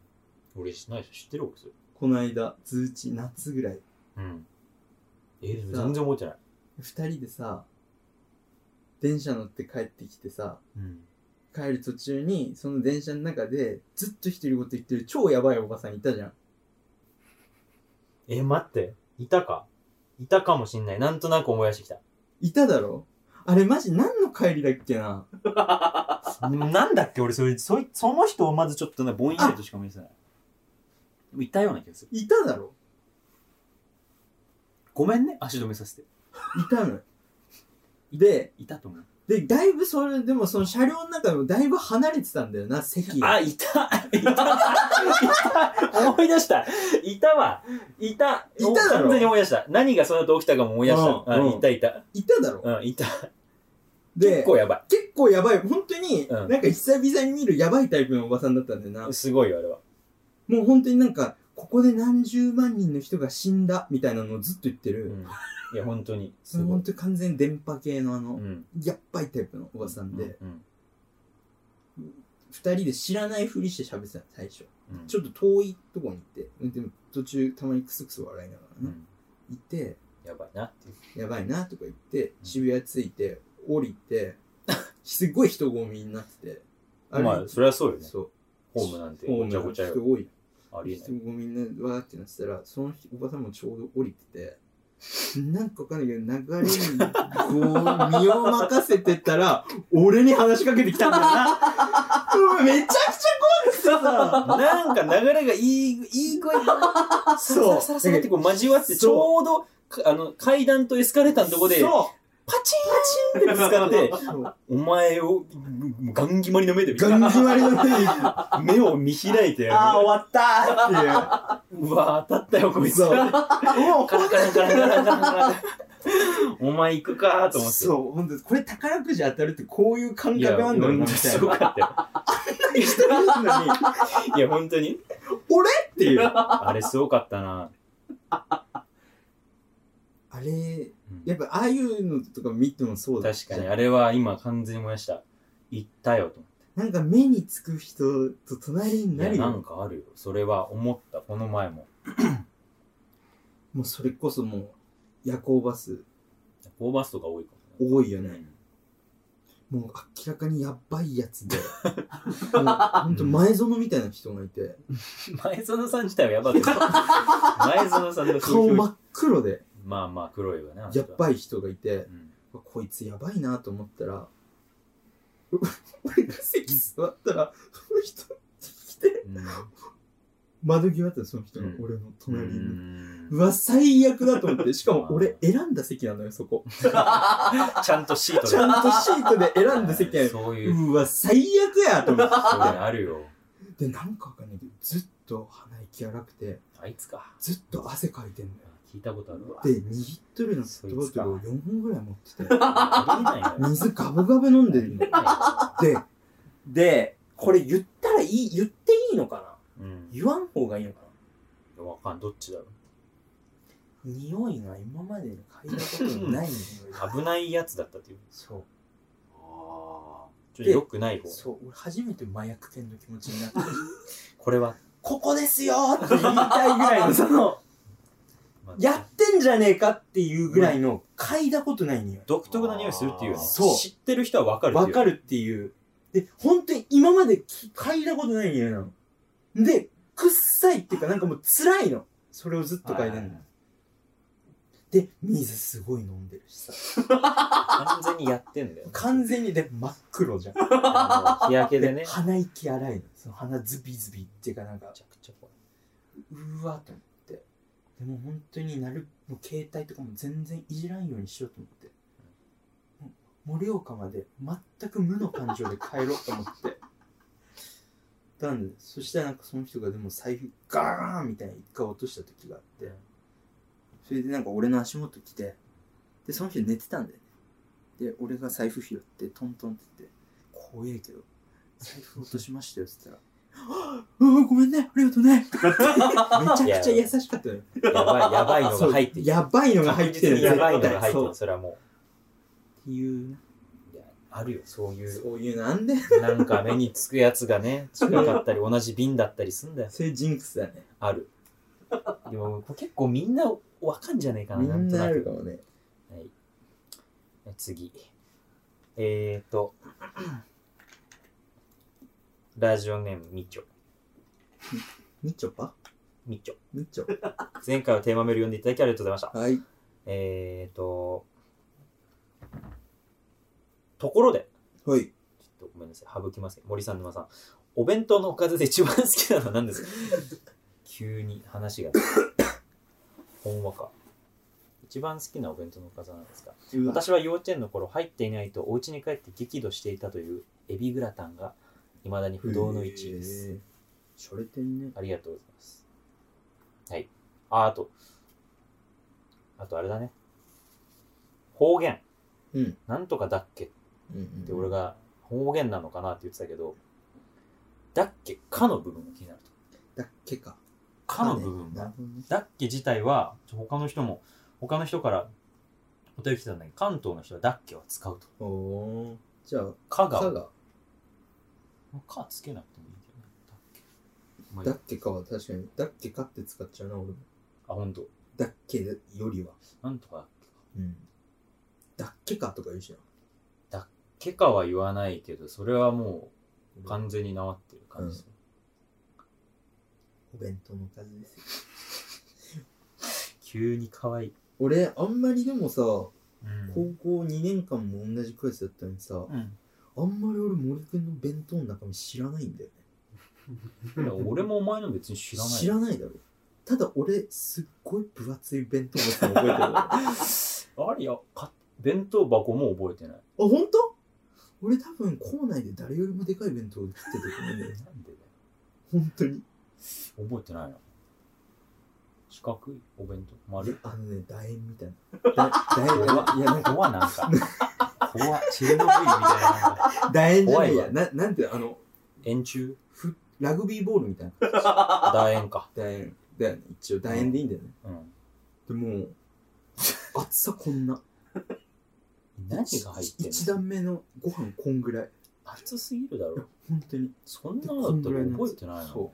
俺しないでしょ知ってるわけそれ
こないだ、通知、夏ぐらい、
うんえでも全然覚えてない
二人でさ、電車乗って帰ってきてさ、
うん
帰る途中に、その電車の中で、ずっと独り言言ってる超やばいおばさんいたじゃん。
え待っていたかいたかもしんないなんとなく思い出してきた
いただろあれマジ何の帰りだっけな
でもなんだっけ俺それそいその人をまずちょっとねぼんやりとしか見えてないでもいたような気がする
いただろ
ごめんね足止めさせて
いたのよで
いたと思う
でだいぶそれでもその車両の中でもだいぶ離れてたんだよな席が
あいたいたいた思い出したいたわいた
いただ
完
ろ
全に思い出した何がその後起きたかも思い出した、
うん
あ
うん
いたいた
いただろ
うんいた結
で
構やば
結構やばい本当に、
うん。
なんか久々に見るやばいタイプのおばさんだったんだよない
すごいよ、あれは。
もう本当になんかここで何十万人の人が死んだみたいなのをずっと言ってる、
うんいや、本当に。
そ
す
れ
ごい
本。当に完全に電波系のあの、
うん。
やっばいタイプのおばさんで、
うん、
二人で知らないふりして喋ってたの最初
うん
ちょっと遠いとこに行ってでも途中たまにクスクス笑いながら
う
ね、
ん
行って
やばいなっていう。
やばいなとか言って渋谷着いて降りて すごい人混みになっててあれ
まあ、それはそうよね。
そう
ホームなんて、
ホー
ご
ム
ちゃごちゃ
人
よ。
多い
ありえ
人
ない。
混みになわーってなってたらその人おばさんもちょうど降りててなんかわかんないけど流れにこう身を任せてたら俺に話しかけてきたんだよなめちゃくちゃ
なんか流れがいい、いい声だ。
そう
さらさらさらってこう交わって、ちょうど、かあの、階段とエスカレーターのとこで、パ
そ
チンパチンってぶつかって、
うそう
お前を、もうガン決まりの目で見て、
ガン決まりの目
目
に
を見開いて、
ああ、終わったーっ
うわ、当たったよ、こいつ。
そう
カラカラカラカラカラカラ。お前行くかと
ていう。
思って。
そう、本当これ宝くじ当たるってこういう感
い
覚
や、
なんだろうな、み
本当に
たい
す
な。
ごかった よ。
なのに、っ
いや、本当に。
ていう。
あれすごかったな。
あれ、
うん
やっぱああいうのとか見てもそうだ
確かに、あれは今完全に燃やした。行ったよ、と思って。
なんか目につく人と隣に
い
な
や、
る
なん
よ。
かあるよ。それは思った、この前も。
もうそれこそもう、夜行バス
オーバースとか多いかもね。
多いよ
う
ね。
ん
もう明らかにやっばいやつ で。もうほんと前園みたいな人がいて、
前園さん自体はやばか った。前園さんの
顔
風評
真っ黒で、
まあまあ、黒いわな。
やっばい人がいて、
うん
こいつやばいなと思ったら、俺が席座ったら、その人来て、窓際だったのその人が
うん
俺の
うん
隣に。う
うん
わ、最悪だと思って。しかも俺選んだ席なのよ、そこ。
ちゃんとシート
ちゃんとシートで選んだ席なのよ。
そういう、そういう
うわ、最悪やと思っ
のあるよ。
て。で、なんかわかんないけど、ずっと鼻息荒くて、
あいつか。
ずっと汗かいてんだよ。
聞いたことあるわ。
で、2リットルのペットボトルを4本ぐらい持ってて、
ありえないよ
水ガブガブ飲んで るの。
で、で、これ言ったらいい、言っていいのかな
うんい
言わん方がいいのか
や。わかん、どっちだろう。
な匂いが今まで嗅いだことのない匂い。
危ないやつだったっていう。
そう。
あ
ちょっと良くない方。
そう、俺初めて麻薬犬の気持ちになった。
これは、
ここですよーって言いたいぐらいの、その、
まあ
やってんじゃねえかっていうぐらいの、嗅いだことない匂い。
独特な匂いするっていうよね。
そう
知ってる人はわかるっていう
わか。るっていう。で、本当に今までき嗅いだことない匂いなの。で、くっさいっていうか、なんかもう辛いの。それをずっと嗅いで
はい
る
はいは
の。で、水すごい飲んでるしさ。
完全にやってんだよ。
完全に、で、真っ黒じゃん。
あの日焼けでね。
で鼻息荒いの。その鼻ズビズビっていうか、なんか
め、ちゃくちゃ怖いう
わーと思って。でも本当になる、もう携帯とかも全然いじらんようにしようと思って。もう盛岡まで全く無の感情で帰ろうと思って。なんで、そしたらなんかその人がでも財布ガーンみたいに一回落とした時があって。それでなんか俺の足元来て、で、その人寝てたんだよね。で、俺が財布拾ってトントンって言って、怖えけど、財布落としましたよって言ったら、
うん、ごめんね、ありがとうね。とかって、めちゃくちゃ優しかったよ。
やばい、やばいのが入ってきて。
やばいのが入って
確
る
実にやばいのが入って
そう
る。それはも
っていうね、
う。いやあるよ、そういう。
そういうなんで、
なんか目につくやつがね、近かったり、同じ瓶だったりすんだよ。
そういうジンクスだね。
ある。でも、これ結構みんなわかんじゃねえかな、
みんなあ
んと
る
く
かもね。
はい。次。えーと、ラジオネームみちょ。
みちょぱ
みちょ。
みちょ。
前回はテーマメール読んでいただきありがとうございました。
はい。
えーと、ところで、
はい。
ちょっとごめんなさい、省きません。森さん、沼さん。お弁当のおかずで一番好きなのは何 ですか急に話が。ほんわか。一番好きなお弁当のおかずは何ですか
うわ
私は幼稚園の頃入っていないとお家に帰って激怒していたというエビグラタンがいまだに不動の1位です、
へー。しょれてんね。
ありがとうございますはいああとあとあれだね方言
うん
なんとかだっけっ
うん
で俺が方言なのかなって言ってたけど「だっけ」「か」の部分が気になると
だっけか
「か」の部分
なる
が
ほどね
「だっけ」自体はちょ他の人も他の人からお便り来てたんだけど関東の人は「だっけ」は使うと
おおじゃあ
「か」が
かが
「か」つけなくてもいいけどね「だっけ」まあいい
だっけかは確かにだっけかって使っちゃうな俺も
あ本当
だっけよりは
なんとか
うんだっけかとか言うしな
「けか」は言わないけどそれはもう完全になまってる感じする、
お弁当の数ですよ
急に可愛い
俺あんまりでもさ高
うん、
校2年間も同じクラスだったのにさ
うん
あんまり俺森くんの弁当の中身知らないんだよね
いや俺もお前の別に知らない
知らないだろただ俺すっごい分厚い弁当持ってたの覚えてるあ
あれやか弁当箱も覚えてない
本当俺多分校内で誰よりもでかい弁当食ってたと思うんだよね
なんでだよ
本当に
覚えてないな四角いお弁当
あれ
丸
あのね楕円みたい なだ楕円いやなんか
ここはなんかここはチェルノブイリみたいななんか
楕円じゃない
怖い
や
わ
ななんていうのあの
円柱
ふラグビーボールみたいな
楕円か
楕円だよね一応楕円でいいんだよね、
うん
でも う厚さこんな
何が入ってん
一
の
段目のご飯こんぐらい
熱すぎるだろ
本当に
そんなのだったら覚えてないの
そ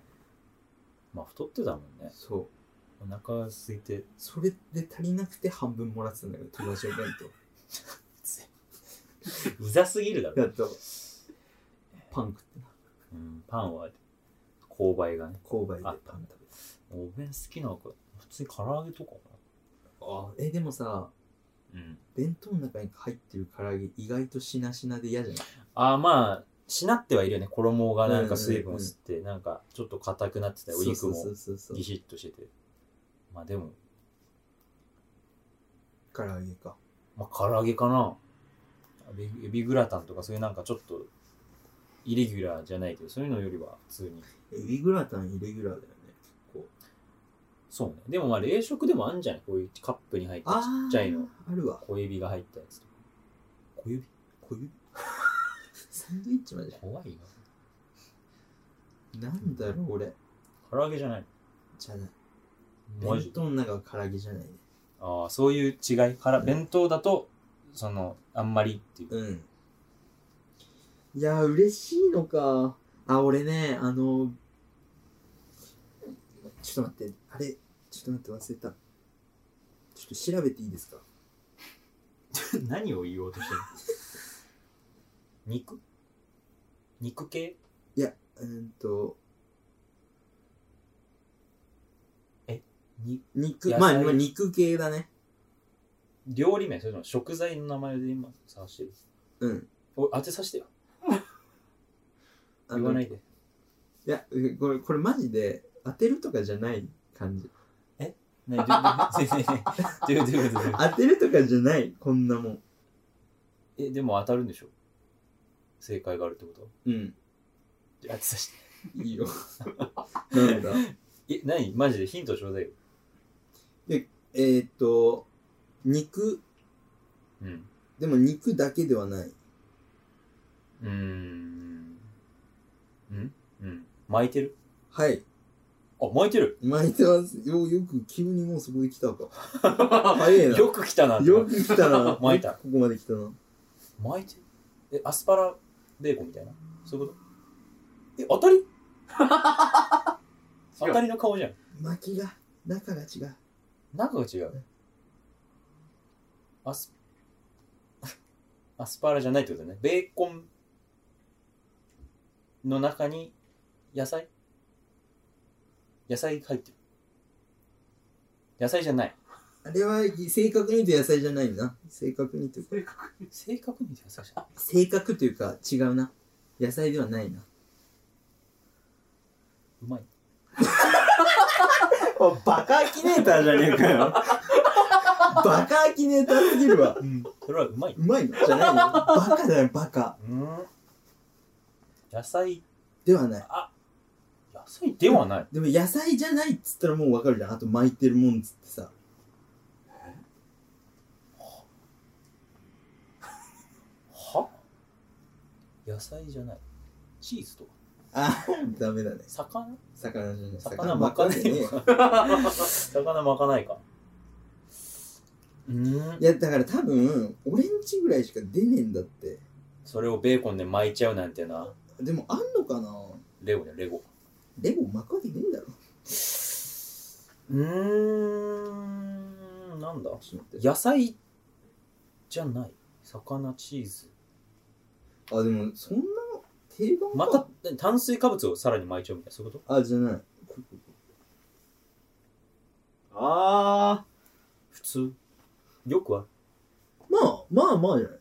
まあ太ってたもん
う
ね
そう
お腹空いて
それで足りなくて半分もらってたんだけど友達の弁
うざすぎるだ
当
ろ、
やっとパン食ってな
うん、パンは勾配がね
購買で
あ
パン食べ
お
て
弁好きな子普通に唐揚げとかか
あえでもさ
なうん
弁当の中に入ってる唐揚げ意外としなしなで嫌じゃない
あーまあしなってはいるよね衣がなんか水分を吸って、なんかちょっと硬くなってたりお肉も
そうそうそうそう
ギシッとしててまあでも
唐揚げか
まあ唐揚げかなエビエビグラタンとかそういうなんかちょっとイレギュラーじゃないけどそういうのよりは普通に
エビグラタンイレギュラーだよね
そうねでもまあ冷食でもあるんじゃないこういうカップに入ったちっちゃいの
あるわ
小指が入ったやつとか小指
小指サンドイッチまで
怖いよ
なんだろう俺
唐揚げじゃない
じゃない
のマジ
弁当の中は唐揚げじゃないね
ああそういう違いから弁当だとそのあんまりっていう
うんいやー嬉しいのかあ俺ねあのちょっと待ってあれちょっと待って忘れたちょっと調べていいですか
何を言おうとしてる肉肉系
いやうーんと
に
肉
野菜
まあまあ肉系だね
料理名それとも食材の名前で今探してる
うん
お当てさせてよ
あの
言わないで
いやうこれこれマジで当てるとかじゃない感じ
ねどねねねどういうどういうことどういうこと
当てるとかじゃないこんなもん
えでも当たるんでしょ正解があるってこと
うん
当てさせて
いいよ なんだ
え何マジでヒントちょうだいよ
えーっと肉
うん
でも肉だけではないう
ーんうんうん巻いてる
はい
あ巻いてる
巻いてますよよく急にもうそこで来たか早いな
よく来たな
よく来たな
巻いた
よくここまで来たな
巻いてえアスパラベーコンみたいなそういうことえ当たり当たりの顔じゃん
巻きが中が違う
中が違うアス アスパラじゃないってことだねベーコンの中に野菜野菜入ってる野菜じゃない
あれはい正確に言うと野菜じゃないな正確にというか
正確に言うと野菜じゃない
正確というか違うな野菜ではないな
うまい
おバカアキネーターじゃねえかよ。
バカアキネーターすぎるわ
それはうまいう
まいのじゃないよバカだよバカ
うん野菜
ではない
野菜ではない
でも野菜じゃないっつったらもうわかるじゃんあと巻いてるもんっつってさ
は野菜じゃないチーズとか
あーダメだね
魚
魚じゃない
魚巻かない
ね
よ 魚巻かないかうーん
いやだから多分俺んちぐらいしか出ねえんだって
それをベーコンで巻いちゃうなんてな
でもあんのかな
レゴねレゴ
レゴ巻くわけねえだろ
うーんなんだ
ちょっと待って
野菜じゃない魚チーズ
あでもそんな定番か
また何炭水化物をさらに巻いちゃうみたいなそういうこ
あじゃないここ
あ
と普通よくある
こまあまあまあじゃない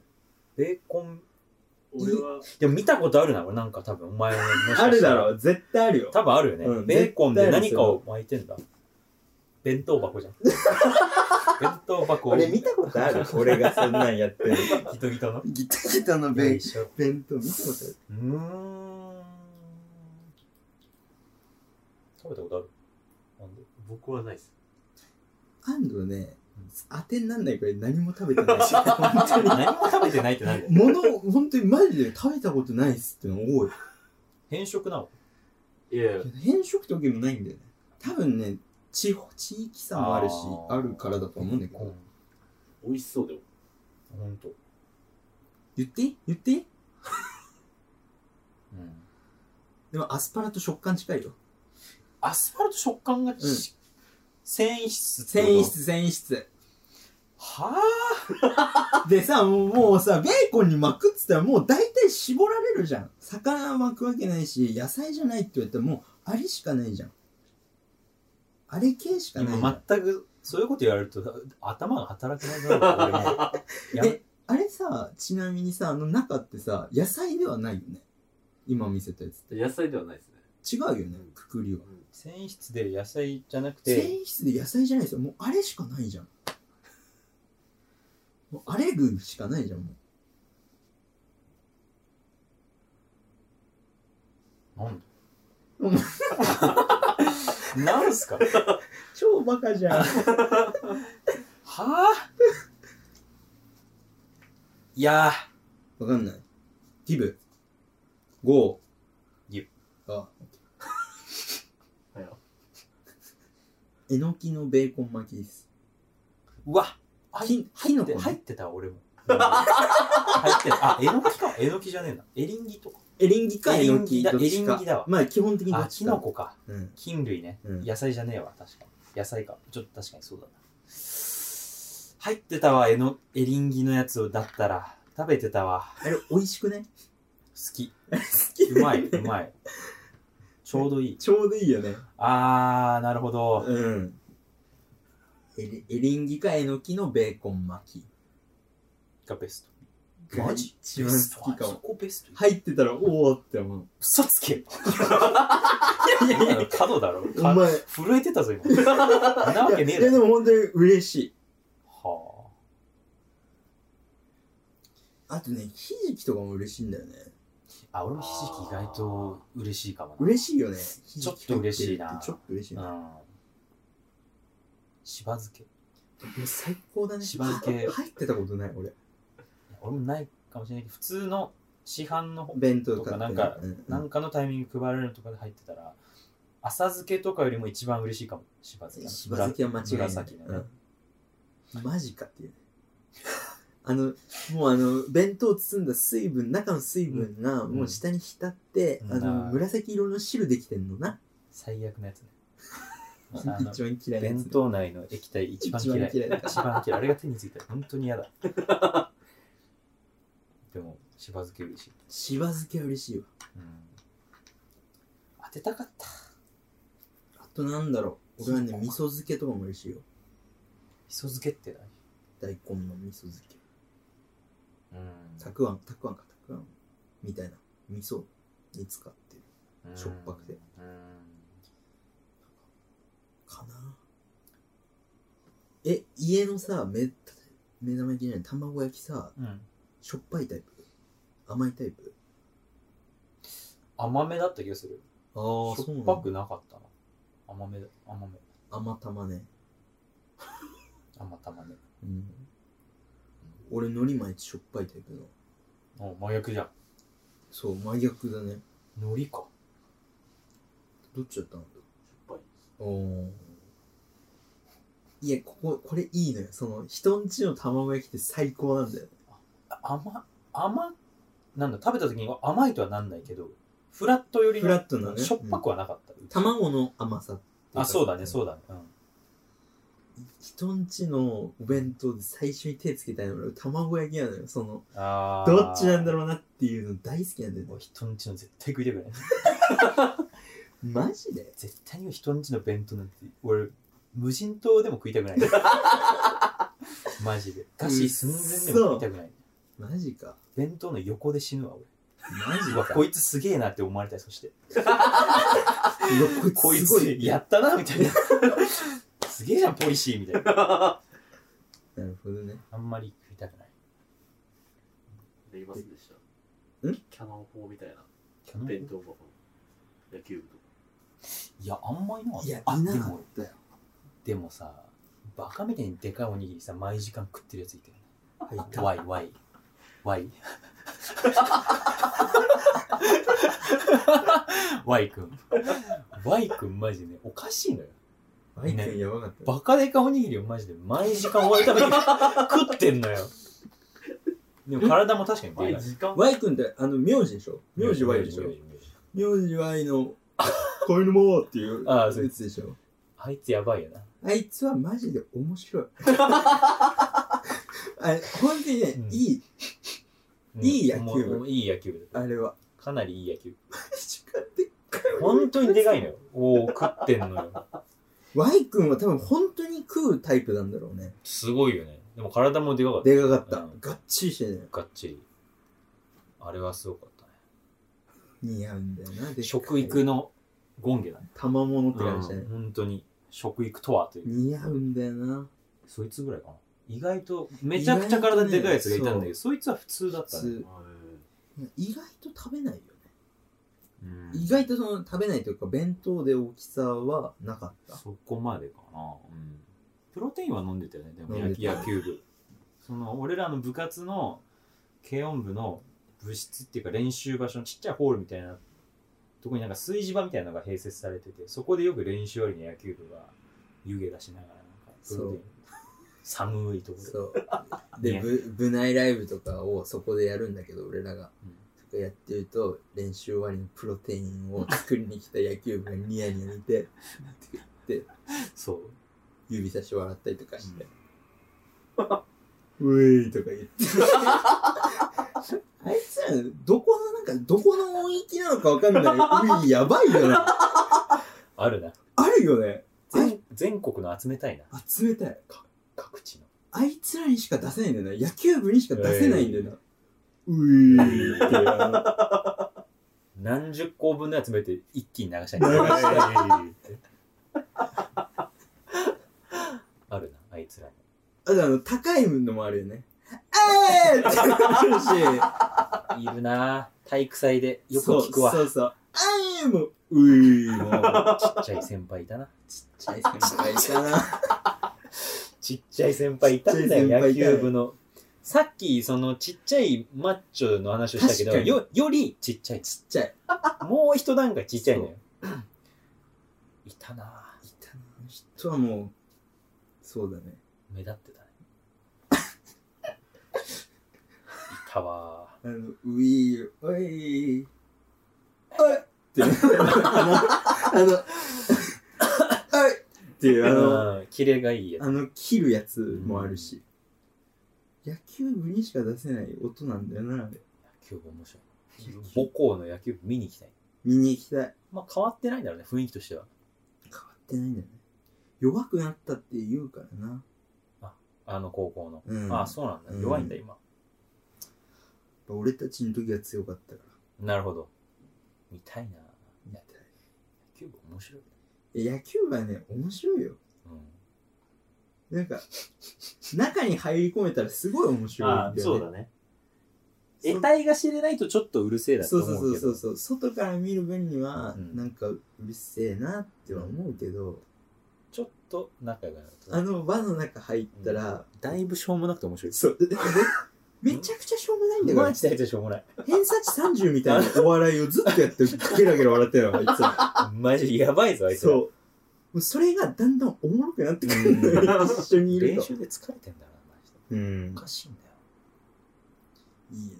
ベーコン
俺は
でも見たことあるな俺なんか多分お前ももしかし
あ
たら
あるだろう絶対あるよ
多分あるよね、
うん
ベーコンで
絶対ある
何かを巻いてんだ弁当箱じゃ ん弁当箱を
俺見たことある俺がそんなんやってる
ギトギトの
ギタギタの
よい
弁
しょ
弁当見たことある
うーん食べたことあるなんで
僕はないです
安藤ね
うん
当てになんないくらい何も食べてないし本当に
何も食べてないってなんだよ
物本当にマジで食べたことないっすっての多い
変色なの
いやいや
変色時もないんだよね多分ね地方地域差もあるし
あ
あ
ー
るからだと思うんだけど、
美味しそうでも
ほんと
言っていい言っていい
うん
でもアスパラと食感近いよ
アスファルト食感がし、繊維質ってこ
繊
と
維質繊維質
は
でさもうもうさベーコンに巻くっつったらもう大体絞られるじゃん魚巻くわけないし野菜じゃないって言われたらもうあれしかないじゃんあれ系し
あ
かないじゃん
今全くそういうこと言われると頭が働けなくなる俺もや
えあれさちなみにさあの中ってさ野菜ではないよね今見せたやつ
野菜ではないですね
違うよね
うん
くくりは
繊維質で野菜じゃなく
繊
て
維質で野菜じゃないですよもうあれしかないじゃんもうあれ具しかないじゃんも
なんだ
う
なんすか
う超バカじゃん
はあいや
わかんないギブゴー
ギブ
あ
はいよ
えのきのベーコン巻きです
ーうわ
きき
入
の
って
こ
入っ
ね
てた俺も 入ってたあえのきかえのきじゃねえなエリンギとか
エリンギか
エ
え
リ
の
ン
き
ギ
ど
だ
っち
エリン
か
ギだわ
まあ基本的にど
あ
っち
き
か
のこか
うん
菌類ね、
うん
野菜じゃねえわ確か野菜かちょっと確かにそうだな入ってたわえのエリンギのやつをだったら食べてたわ
あれ美味しくね
好き
好き
うまいうまいちょうどいい
ちょうどいいよね
あーなるほど
うんエリエリンギかえのきのベーコン巻き
がベスト
が
マジ
一番好き
ベス
か
トそ
も
こベスト
入ってたらおおって思う
嘘つ け
いやいやいや
角だろ
お前
震えてたぞ今 そんなわけねえ
いや
だ
で
ろ
も本当に嬉しい
はあ
あとねひじきとかも嬉しいんだよね
あ俺もひじき意外と嬉しいかもな
嬉しいよね
ちょっと嬉しいな
ひじき入ってるってちょっと嬉しいな
うんしば漬け
もう最高だね
しば漬け
は入ってたことない俺
俺もないかもしれないけど普通の市販のほ
弁当とか
とかなんか
うんうん
なんかのタイミング配られるとかで入ってたら浅漬けとかよりも一番嬉しいかもしば漬け
しば漬けは間違いない
紫のね
うんマジかっていうね あのもうあの弁当包んだ水分中の水分が
ん
もう下に浸って、
うん
あ
う
の
ん
紫色の汁できてんのな
最悪のやつねあの
一番嫌いなやつ
弁当内の液体一番嫌い
一番嫌いだから
一番嫌いあれが手についたら本当に嫌だでもしば漬け嬉しい、
しば漬けは嬉しいわ
うん、当てたかった
あとなんだろう俺はね
そうか
味噌漬けとかも嬉しいよ
磯漬けって
大根の味噌漬け
何うん
たくあんたくあんかたくあんみたいな味噌に使ってるしょっぱくて
うん
かなえ家のさ目目玉焼きじゃない卵焼きさ
うん
しょっぱいタイプ甘いタイプ
甘めだった気がするし
あ
ょっぱくなかったな甘めだ甘め
甘玉ね、
甘玉ね
うん、俺海苔巻いてしょっぱいタイプの
お真逆じゃん
そう真逆だね
のりか
どっちだったんだ
ぱい
おいやこここれいいのよその人んちの卵焼きって最高なんだよ
あ甘甘なんだ食べた時に甘いとはなんないけどフラットよりの
フラットなね
しょっぱくはなかった、
卵の甘さっていか
あそうだねそうだね、うん、
人んちのお弁当で最初に手つけたいのが卵焼きなのよその
あ
どっちなんだ
ろ
ろうなっていうの大好きなんだよね
もう人んちの絶対食いたくない
マジで
絶対に人んちの弁当なんて俺無人島でも食いたく ないマジで餓死寸前でも食いたくない
マジか
弁当の横で死ぬわ俺
マジ
うわ
か
こいつすげえなって思われたりそして
うわ
こ
こ
い
いつす
つ
ごい
やったなみたいな すげえじゃんポリシーみたいな
なるほどね
あんまり食いたくない
でいませんでした
ん
キャノン砲みたいな
キャノン
弁当箱野球部とか
いやあんまりなかった
いや
あ
いな
で
か
も
ったよ
でもさバカみたいにでかいおにぎりさ毎時間食ってるやついてる
入った
わいわいわいわいくんわいくんマジねおかしいのよ
マイクやばかったよ
バカでかおにぎりをマジで毎時間終わるために食ってんのよでも体も確かにでかい
時間
ワイ君ってあの名字でしょ名字ワイでしょ名字ワイ の「こういうのも」っていう
あ
や
ーそう
つでしょ
あいつやばいよな
あいつはマジで面 白いあれ本当にね、
うん
いいいい野球部
もうもういい野球部だ
あれは
かなりいい野球部
一番でっかい
本当にでかいのよおお食ってんのよ
Y 君は多分本当に食うタイプなんだろうね
すごいよねでも体もでかかった
でかかった、
うん
がっちりしてね
がっちりあれはすごかったね
似合うんだよなでっかい
食育の権下だね、
賜物って
うん
感じだね、
本当に食育とはという
似合うんだよな
そいつぐらいかな意外とめちゃくちゃ体でかいやつがいたんだけど、そいつは普通だ
普
ったね
通意外と食べないよね
うん
意外とその食べないというか弁当で大きさはなかった
そこまでかな、うん、プロテインは飲んでたよねでも
飲ん
野
でた
野球部その俺らの部活の軽音部の部室っていうか練習場所のちっちゃいホールみたいなとこになんか炊事場みたいなのが併設されててそこでよく練習終わりに野球部が湯気出しながらなんかプロテイン寒いところで
そうで、
ね
ぶ部内ライブとかをそこでやるんだけど俺らが、
うん
そこやってると練習終わりのプロテインを作りに来た野球部がニヤニヤ見て
そう
指差し笑ったりとかして「うえい」とか言ってあいつらどこのなんかどこの音域なのかわかんないういやばいよね
あるな
あるよね
全全国の集めたいな
集めたい
各地の
あいつらにしか出せないんだよな野球部にしか出せないんだよな、うえいって
何十校分の集めて一気に流したいあるなあいつらも
あとあの、高いのもあるよね。えーって言るし、
いるなぁ体育祭でよく
そう
聞くわ
そうそう。あーもう、うーもう、
ちっちゃい先輩いたな
ちっちゃい先輩いたな。
ちっちゃい先輩いたんだ
ちっちゃ
よ
い先輩
野
いたね
球部のさっきそのちっちゃいマッチョの話をしたけど
確かに
よよりちっちゃいち
ちっちゃい。
もう一段階ちっちゃいのよいたなぁ
いたな。あの人はもう、そうだね。
目立ってたね いたわ
あの、ういー、おいー、おいって、あの、あの、おいっていう、
ぁ
あの、
うんキレがいいやつ
あの、切るやつもあるし。野球部にしか出せない音なんだよな、あ
野
れ。
球部面白い母校の野球部見に行きたい
見に行きたい。
まあ変わってないんだろうね雰囲気としては
変わってないんだよね弱くなったって言うからな、
あの高校の、
うん、
ああそうなんだ弱いんだ今、
俺たちの時は強かったか
なるほど見たいな
ら
野球部面白い、
いや野球部はね面白いよ
う
なんか中に入り込めたらすごい面白いんだよ、ね、
ね
そ
得体が知れないとちょっとうるせえだと
そう
思うけ
そ
ど
うそうそうそう外から見る分には、
うん
なんかうるせえなっては思うけど、
ちょっと仲が
あの輪の中入ったら、
だいぶしょうもなくて面白い
そうめちゃくちゃしょうもないんだから
マ。ジでしょうもない。
偏差値30みたいなお笑いをずっとやってゲラゲラ笑ってた の、あいつは。
マジやばい ぞ、あいつ
そう
ら。。
もうそれがだんだんおもろくなってくるんだよ。一緒にいる
練
と。
習で疲れてんだな、マジで。
うん
お。かしいんだよ。
いいな。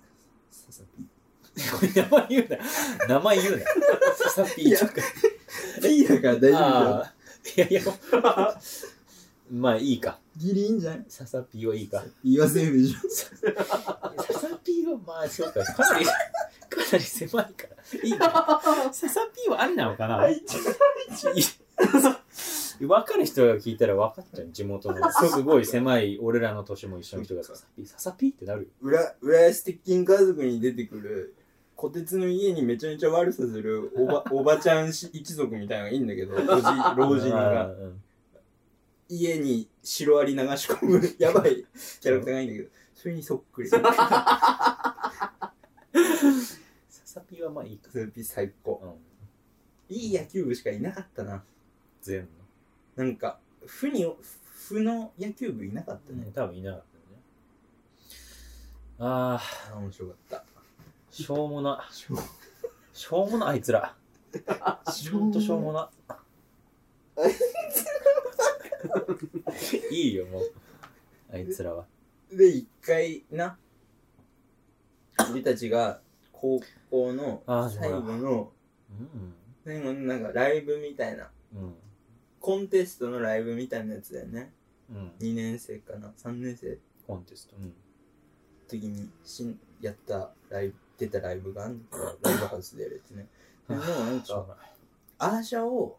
ささ ピ
名前言うな。名前 言うな。サピーちゃんか。
ー。いいだから大丈夫だよ。
あーいやいや、まあいいか。
ギリいいんじゃない
ササピーはいいか。
言わせるでしょ。
ササピーはまあそうか。 かなり、かなり狭いから。いいか。 ササピーはありなのかな分かる人が聞いたら分かっちゃう。地元の。すごい狭い俺らの年も一緒の人がササピー、ササピーってなるよ。
裏、裏安鉄筋家族に出てくる、虎鉄の家にめちゃめちゃ悪さする おば、おばちゃんし一族みたいなのがいいんだけど、老人、老人
う
が。
んうん
家にシロアリ流し込 む、やばいキャラクターがいいんだけど、それにそっくり。そ
ササピーはまあいいか。
れ最高。
うん。
いい野球部しかいなかったな。
全
なんか、負に、負の野球部いなかった
部。ね
ね。
多分いなかったよね。ああ。
あー面白かった。
しょうもな。しょうもな、あいつら。ほんとしょうもな。 いいよ、もう。あいつらは。
で、一回な、俺たちが高校の
ああ、そう
最
だ。
後
うん。
の、最後のなんかライブみたいな、
うん。
コンテストのライブみたいなやつだよね。
うん。
2年生かな、3年生の
コンテスト。うん。
時にしんやったライブ、出たライブがあんだけどライブハウスでやるやつね。 でもなん
しょう
か、
がない
アーシャを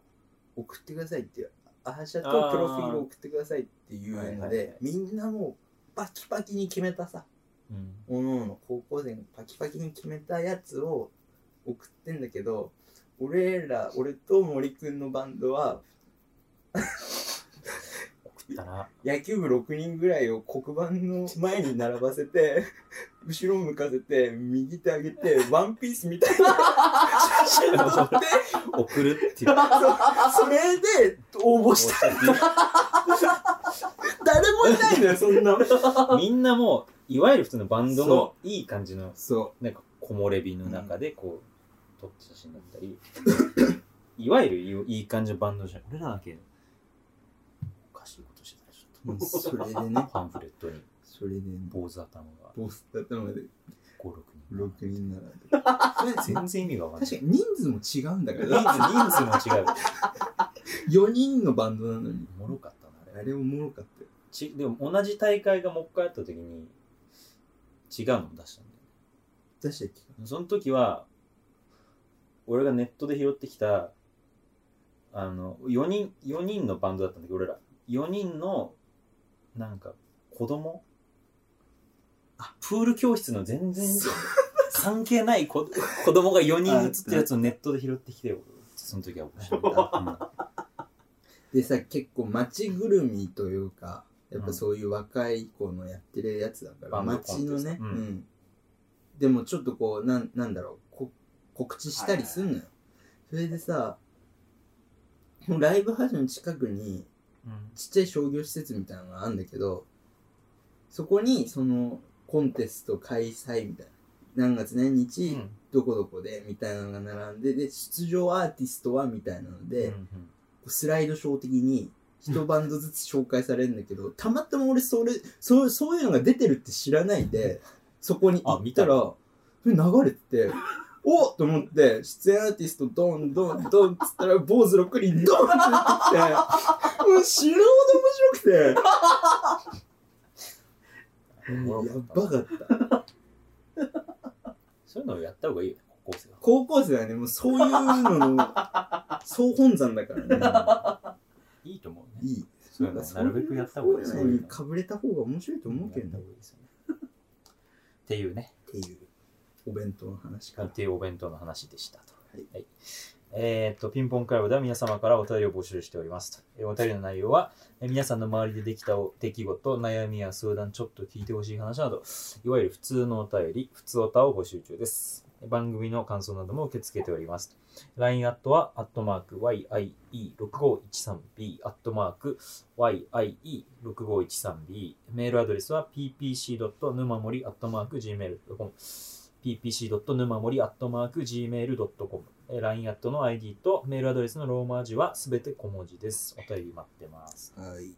送ってくださいっていう、アーシャと
あー
プロフィールを送ってくださいっていうの
はいはいは
で
い、
みんなもうバキバキに決めたさ。
うん。
おのおの高校生がパキパキに決めたやつを送ってんだけど俺ら俺と森くんのバンドは
送った な。
野球部6人ぐらいを黒板の前に並ば せて後ろ向かせて右手上げてワンピースみたいな写真撮って
送るって いう。
それで応募した誰もいないのよそんな
みんなもう、いわゆる普通のバンドの
そ
いい感じの、
そ
なんか木漏れ日の中で、こう、撮った写真だったり、 いわゆるいいいい感じのバンドじゃん。俺らだけ、おかしいことしてたでしょ。
う。もうそれで ね。
パンフレットに
それでね。
坊主頭が
ボスだったので
5、6
6
人。
人なら。で
全然意味がわかん
確
な
か
い。
に人数も違うんだから。
人数人数も違う。
4人のバンドなのに。
おもろかったな、あ
あ
れ。
れおもろかったよ。
ちでも同じ大会がもう一回あった時に違うのを出したんだよ
出したっけ
ね。その時は、俺がネットで拾ってきた、あの、4人、4人のバンドだったんだけど、俺ら。4人の、なんか、子供あ、プール教室の全然
そ
関係ない子子供が4人写ってるやつをネットで拾ってきてよその時は面白かった、
でさ結構街ぐるみというかやっぱそういう若い子のやってるやつだか
バ
ら、
ンドコンテスト
街のね、
うん
うんでもちょっとこうなんなんだろうこ告知したりすんのよ、それでさもうライブハウスの近くにちっちゃい商業施設みたいなのがあるんだけどそこにそのコンテスト開催みたいな何月何日、
うん
どこどこでみたいなのが並んでで出場アーティストはみたいなので、スライドショー的に一バンドずつ紹介されるんだけど、たまたま俺それそう、そういうのが出てるって知らないで、そこに行
あ
っ
見
た
た
ら、それ流れてて、おっと思って、出演アーティストドンドンドンっつったら、坊主6人ドンって出てきて、もう死ぬほど面白くて、やばかった。
そういうのをやった方がいいよ高校生は
高校生はね、もうそういうのの総本山だからね。
いいと思うね
いい。
そういうのなるべくやった方がいい
そういうのにかぶれた方が面白いと思うけ
やっ
ど
た
ね
方。がいいですよねっていうね
っていうお弁当の話から
っ。ていうお弁当の話でしたと。
はい
えーっと、ピンポンクラブでは皆様からお便りを募集しておりますと。えーお便りの内容は、えー皆さんの周りでできたお出来事、悩みや相談、ちょっと聞いてほしい話など、いわゆる普通のお便り、普通おたを募集中です。番組の感想なども受け付けております。LINE アットは、アットマーク YIE6513B、アットマーク YIE6513B。メールアドレスは ppc.numamori.gmail.com。ppc.numamori.gmail.com。えー LINE アットの ID とメールアドレスのローマ字はすべて小文字です。お便り待ってます。
はい。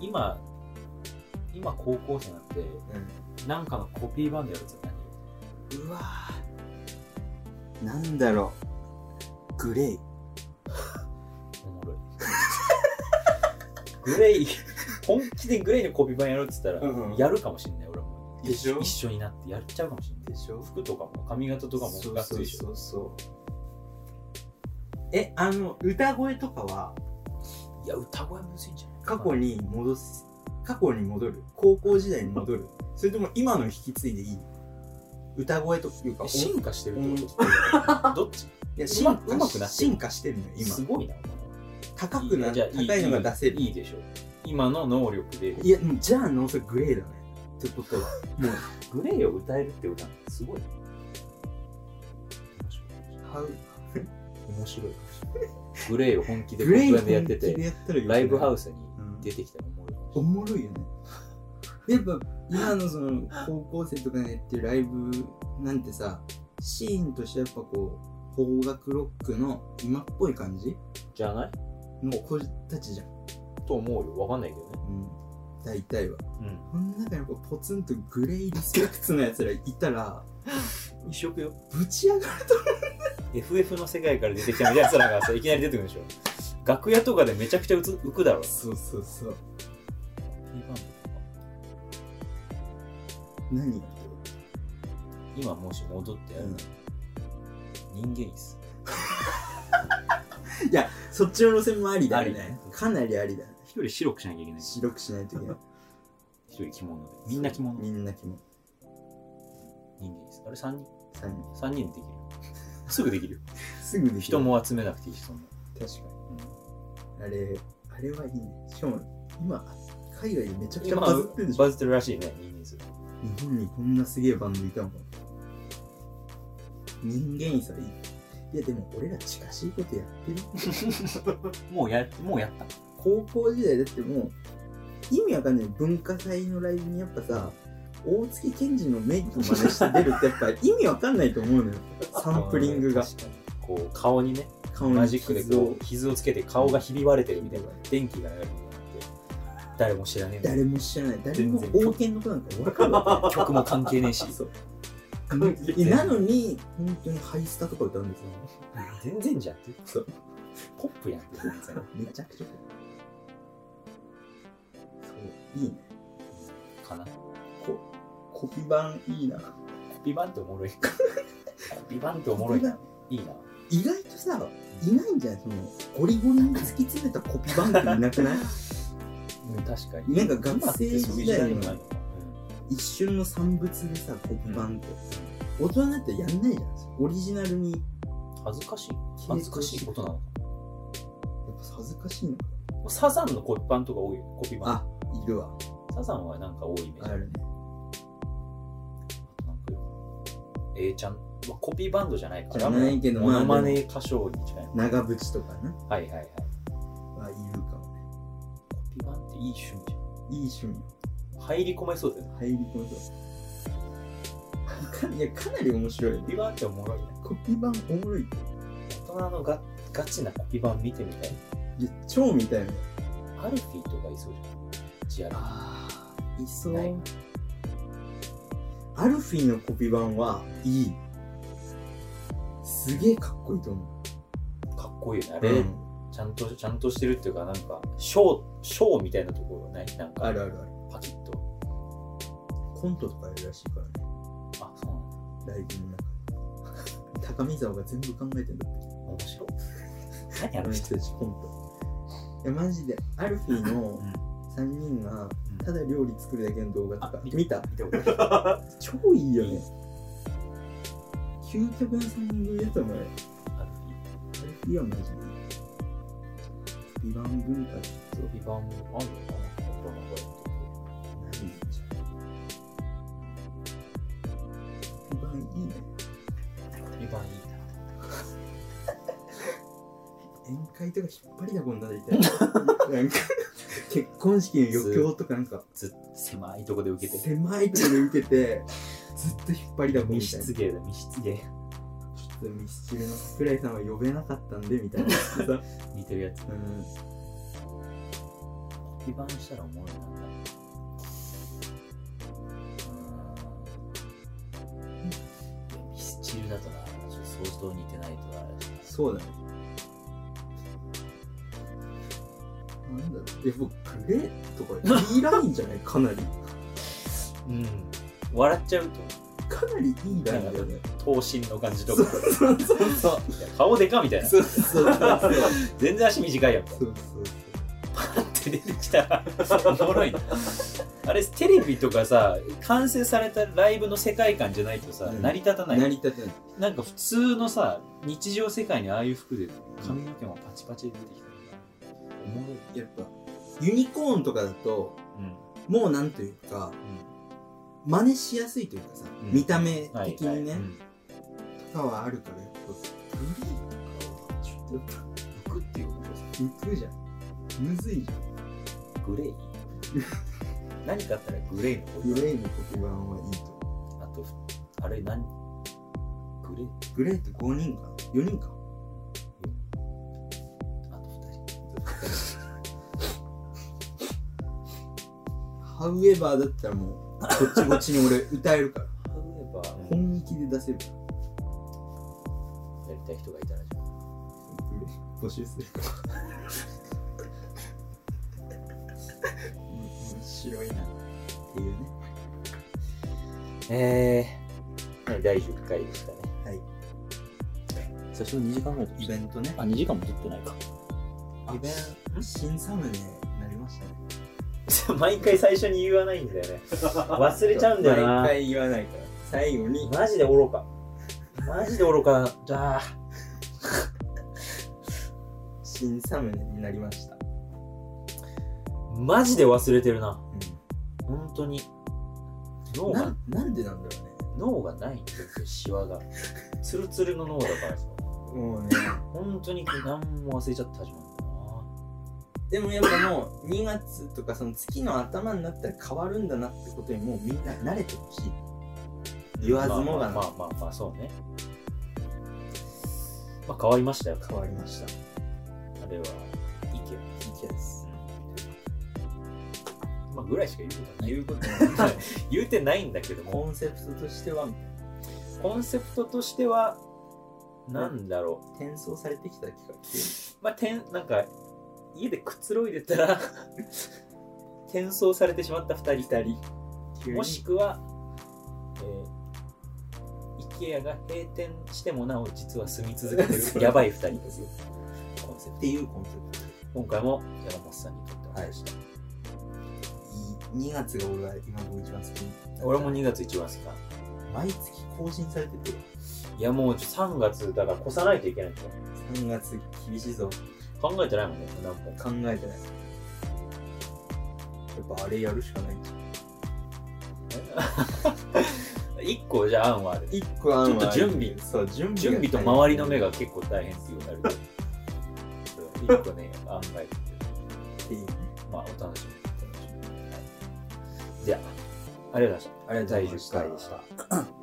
今、今高校生なんて、なんかのコピーバンドやるやつ何
うわぁなんだろう。グレイ。
おもろいグレイ本気でグレイのコピー版やろうって言ったら、
うんうん
やるかもしんない俺も
でしょ
一緒になってやっちゃうかもしんない
でしょ
服とかも髪型とかも
そう
がっつ
そ
り
う
でしょ
そうそう。え、あの、歌声とかはい
や歌声むずいんじゃない
過去に戻す、過去に戻る。高校時代に戻る。それとも今の引き継いでいい歌声というか、
え
お
進化してるってこと、どっち
いや、
う
進
ま
化
うまくなってる
進化してるのよ、今
す。ごいな
高くな、
じゃあ
高いのが出せる。
いいでしょ今の能力で
いや、うんじゃあ、なおさらグレーだね。ってことは。
グレイを歌えるって歌ってすごいな面白いかもしれないグレイを本気で
グレイ
コピーバンドやって
本気で
て
やったら
ライブハウ
ス。
スに
うん
出てきたらおもろいかもしれない
おもろいよね。やっぱ今のその高校生とかにやってるライブなんてさ、シーンとしてやっぱこう、邦楽ロックの今っぽい感じ
じゃない
の子たちじゃん。
と思うよわかんないけどね
うん。大体は。
うん
この中にやっぱポツンとグレイリスペクツのやつらいたら、
一色よ
ぶち上がる
FF の世界から出てきたやつらがさいきなり出てくるでしょ楽屋とかでめちゃくちゃうつ浮くだろ
そうそうそう。何やってる
今もし戻ってやるなら、人間椅子
そっちの路線もありだよ
あ
ね。かなりありだよね。
一人白くしなきゃいけないし
白くしないといけない。
一人着物でみんな着物
みんな着物。
人間椅子あれ3人
三人
三人でできる すぐできるよ
すぐでき る
人も集めなくていいしそんな
確かに。あれ、あれはいいね。しかも、今、海外でめちゃくちゃ
今
バズってるでしょ。
バズってるらしいね人間椅子
日本にこんなすげえバンドいたもん。人間さいい。いや、でも俺ら近しいことやってる。
もうやもうやった
高校時代だってもう、意味わかんない。文化祭のライブにやっぱさ、大月健二のメイクを真似して出るってやっぱ意味わかんないと思うのよ。サンプリングが。
確かにこう顔にね
顔に
マジックで
傷を
こう傷をつけて顔がひび割れてるみたいな電気が流れるみたいになって誰も知らねえ
誰も知らない。誰も
全然
王権のことなんかわかんない。
曲も関係ねえし
そう
関 係
えなのに、本当にハイスタとか歌うんですよ。
全然じゃんって
そう
ポップやんって全然
めちゃくちゃ。そう、いいね。
かなコ
コピバンいいな。
ピー版っておもろい コピー版っておもろいないいな
意外とさ、いないんじゃないその、ゴリゴリに突き詰めたコピバンっていな くない
うん確か
に
に
なんか学生時代の
う
一瞬の産物でさ、コピバンって。大人になってやんないじゃん。オリジナルに。
ん恥ずかしい恥ずかしいことなのか
やっぱ恥ずかしいのか。
サザンのコピー版とか多いよコピー版
あ、いるわ。
サザンはなんか多いイメージ
あるね。
なんかよ A ちゃん、まあ、コピーバンドじゃないから
じゃないけど
モノ
まあ
マネ歌唱に近いの
長渕とかな。
はいはいはい
はいるかもね。
コピーバンっていい趣味じ
いい趣味。
ゃん入り込めそうだよね
入り込むと。かい や、かなり面白いよ
コ
ね。
ピーバンっておもろいね
コピバンおもろいって。
大人のガガチなコピーバン見てみたい
いや超みたいな。
アルフィーとかいそうじゃんジアル
ああ、いそ
ない
アルフィーのコピー版はいい。すげえかっこいいと思
かっこいいよねあ
う。
れ、
うん
ちゃんとちゃんとしてるっていうかなんかショーショーみたいなところないなんか
あるあるある。
パキッと
コントとかやるらしいからね。
あそうなの
ライブの中で。高見沢が全部考えてんだって。
面白い何あの人
人たち本当いやマジでアルフィーの
うん
3人が
うん
ただ料理作るだけの動画とか
あ見た
見た
見たことない
超いいよね究極の3人組だと思うよアルフィーはマジでビバン文化ちょっと
ビバンもあるのかなドラマがやってる
ないんじゃんビバンいいね
ビバンいいな
宴会とか引っ張りだこになりた いなんか結婚式の余興とかなんか
ず狭いとこで受けてる
狭いところで受 けてずっと引っ張りだこみ
密
たいな
室芸だ密室芸
ちょっとミスチルの桜井さんは呼べなかったんでみた いな
似てるやつ
うん
ビバンしたらおもろいなうんミスチルだとなちょっと相当似てないとなあれだし
そうだねなんだろうえ僕グレーとかいいラインじゃないかなり
うん笑っちゃう
かなりいいラインだよね
と頭身の感じとかいや顔でかみたいな
そうそうそうそう
全然足短いやん
そう
パンって出てきたらおもろいなあれテレビとかさ完成されたライブの世界観じゃないとさ、
うん
成り立た
そ
な
う
い
成り立てない
なんか普通のさ日常世界にああいう服で髪の毛もパチパチで出てきた
おもろいやっぱユニコーンとかだともうなんというか真似しやすいというかさ、
うん
見た目
はい
的にね、
はいうん
とかはあるからやっぱグレーとかはちょっとやっ
服っていうことです
ぱ浮くじゃんむずいじゃん
グレ ー何かあったらグレーの方
グレーの黒板はいいと思
あとあれ何グレー
うグレーって5人かな4人か
あと二人
ハウエバーだったらもうこっちこっちに俺歌えるから
例えば
本気で出せるか
やりたい人がいたらじゃ
らグレー募集するから面白いなっていうね
あえー、はい第10回でしたね
はい
最初2時間ぐらい
イベントね
あ2時間も撮ってないか
イベン新サムネになりましたね
毎回最初に言わないんだ よね忘れちゃうんだよな
毎回言わないから最後に
マジで愚かマジで愚かだ
新サムネになりました、
マジで忘れてるな
う
本当に脳
ん、
が
ななんでなんだろうね
脳がないんだよシワがツルツルの脳だからさ
もうね
本当に何も忘れちゃった始まる
でもやっぱもう2月とかその月の頭になったら変わるんだなってことにもうみんな慣れてほしい言わ
な
ずもが
まあま
な
あまあまあそうねまあ変わりましたよ
変わりましたい
あれは意見
い気です
まあぐらいしか言うことない
言うこと
ない言うてないんだけども
コンセプトとしては
コンセプトとしてはなんだろ
転送されてきた企画
う、まあ、てんなんか家でくつろいでたら 転送されてしまった2人
人急に
もしくは、えー、IKEA が閉店してもなお実は住み続けて
そ
る
う
やばい2人ですコンセプ
っ
ト
ていうコンセプ
今回も山本さんにとってはでした、
トいい2月が俺は今の一番好き
俺も2月一番好きだ
毎月更新されてて
いやもう3月だから越さないといけないんだよ
3月厳しいぞ
考えてないもんね何本か
考えてないやっぱあれやるしかない
1個じゃあ案はある
一個あ
ちょっと準備
そう準備が
準備と周りの目が結構大変っていうのがある けど、1個ね、案外、
っていうね
まあ、お楽しみお楽しみ。はいじゃあ、ありがとうございました。
ありがとうございました
第10回でした。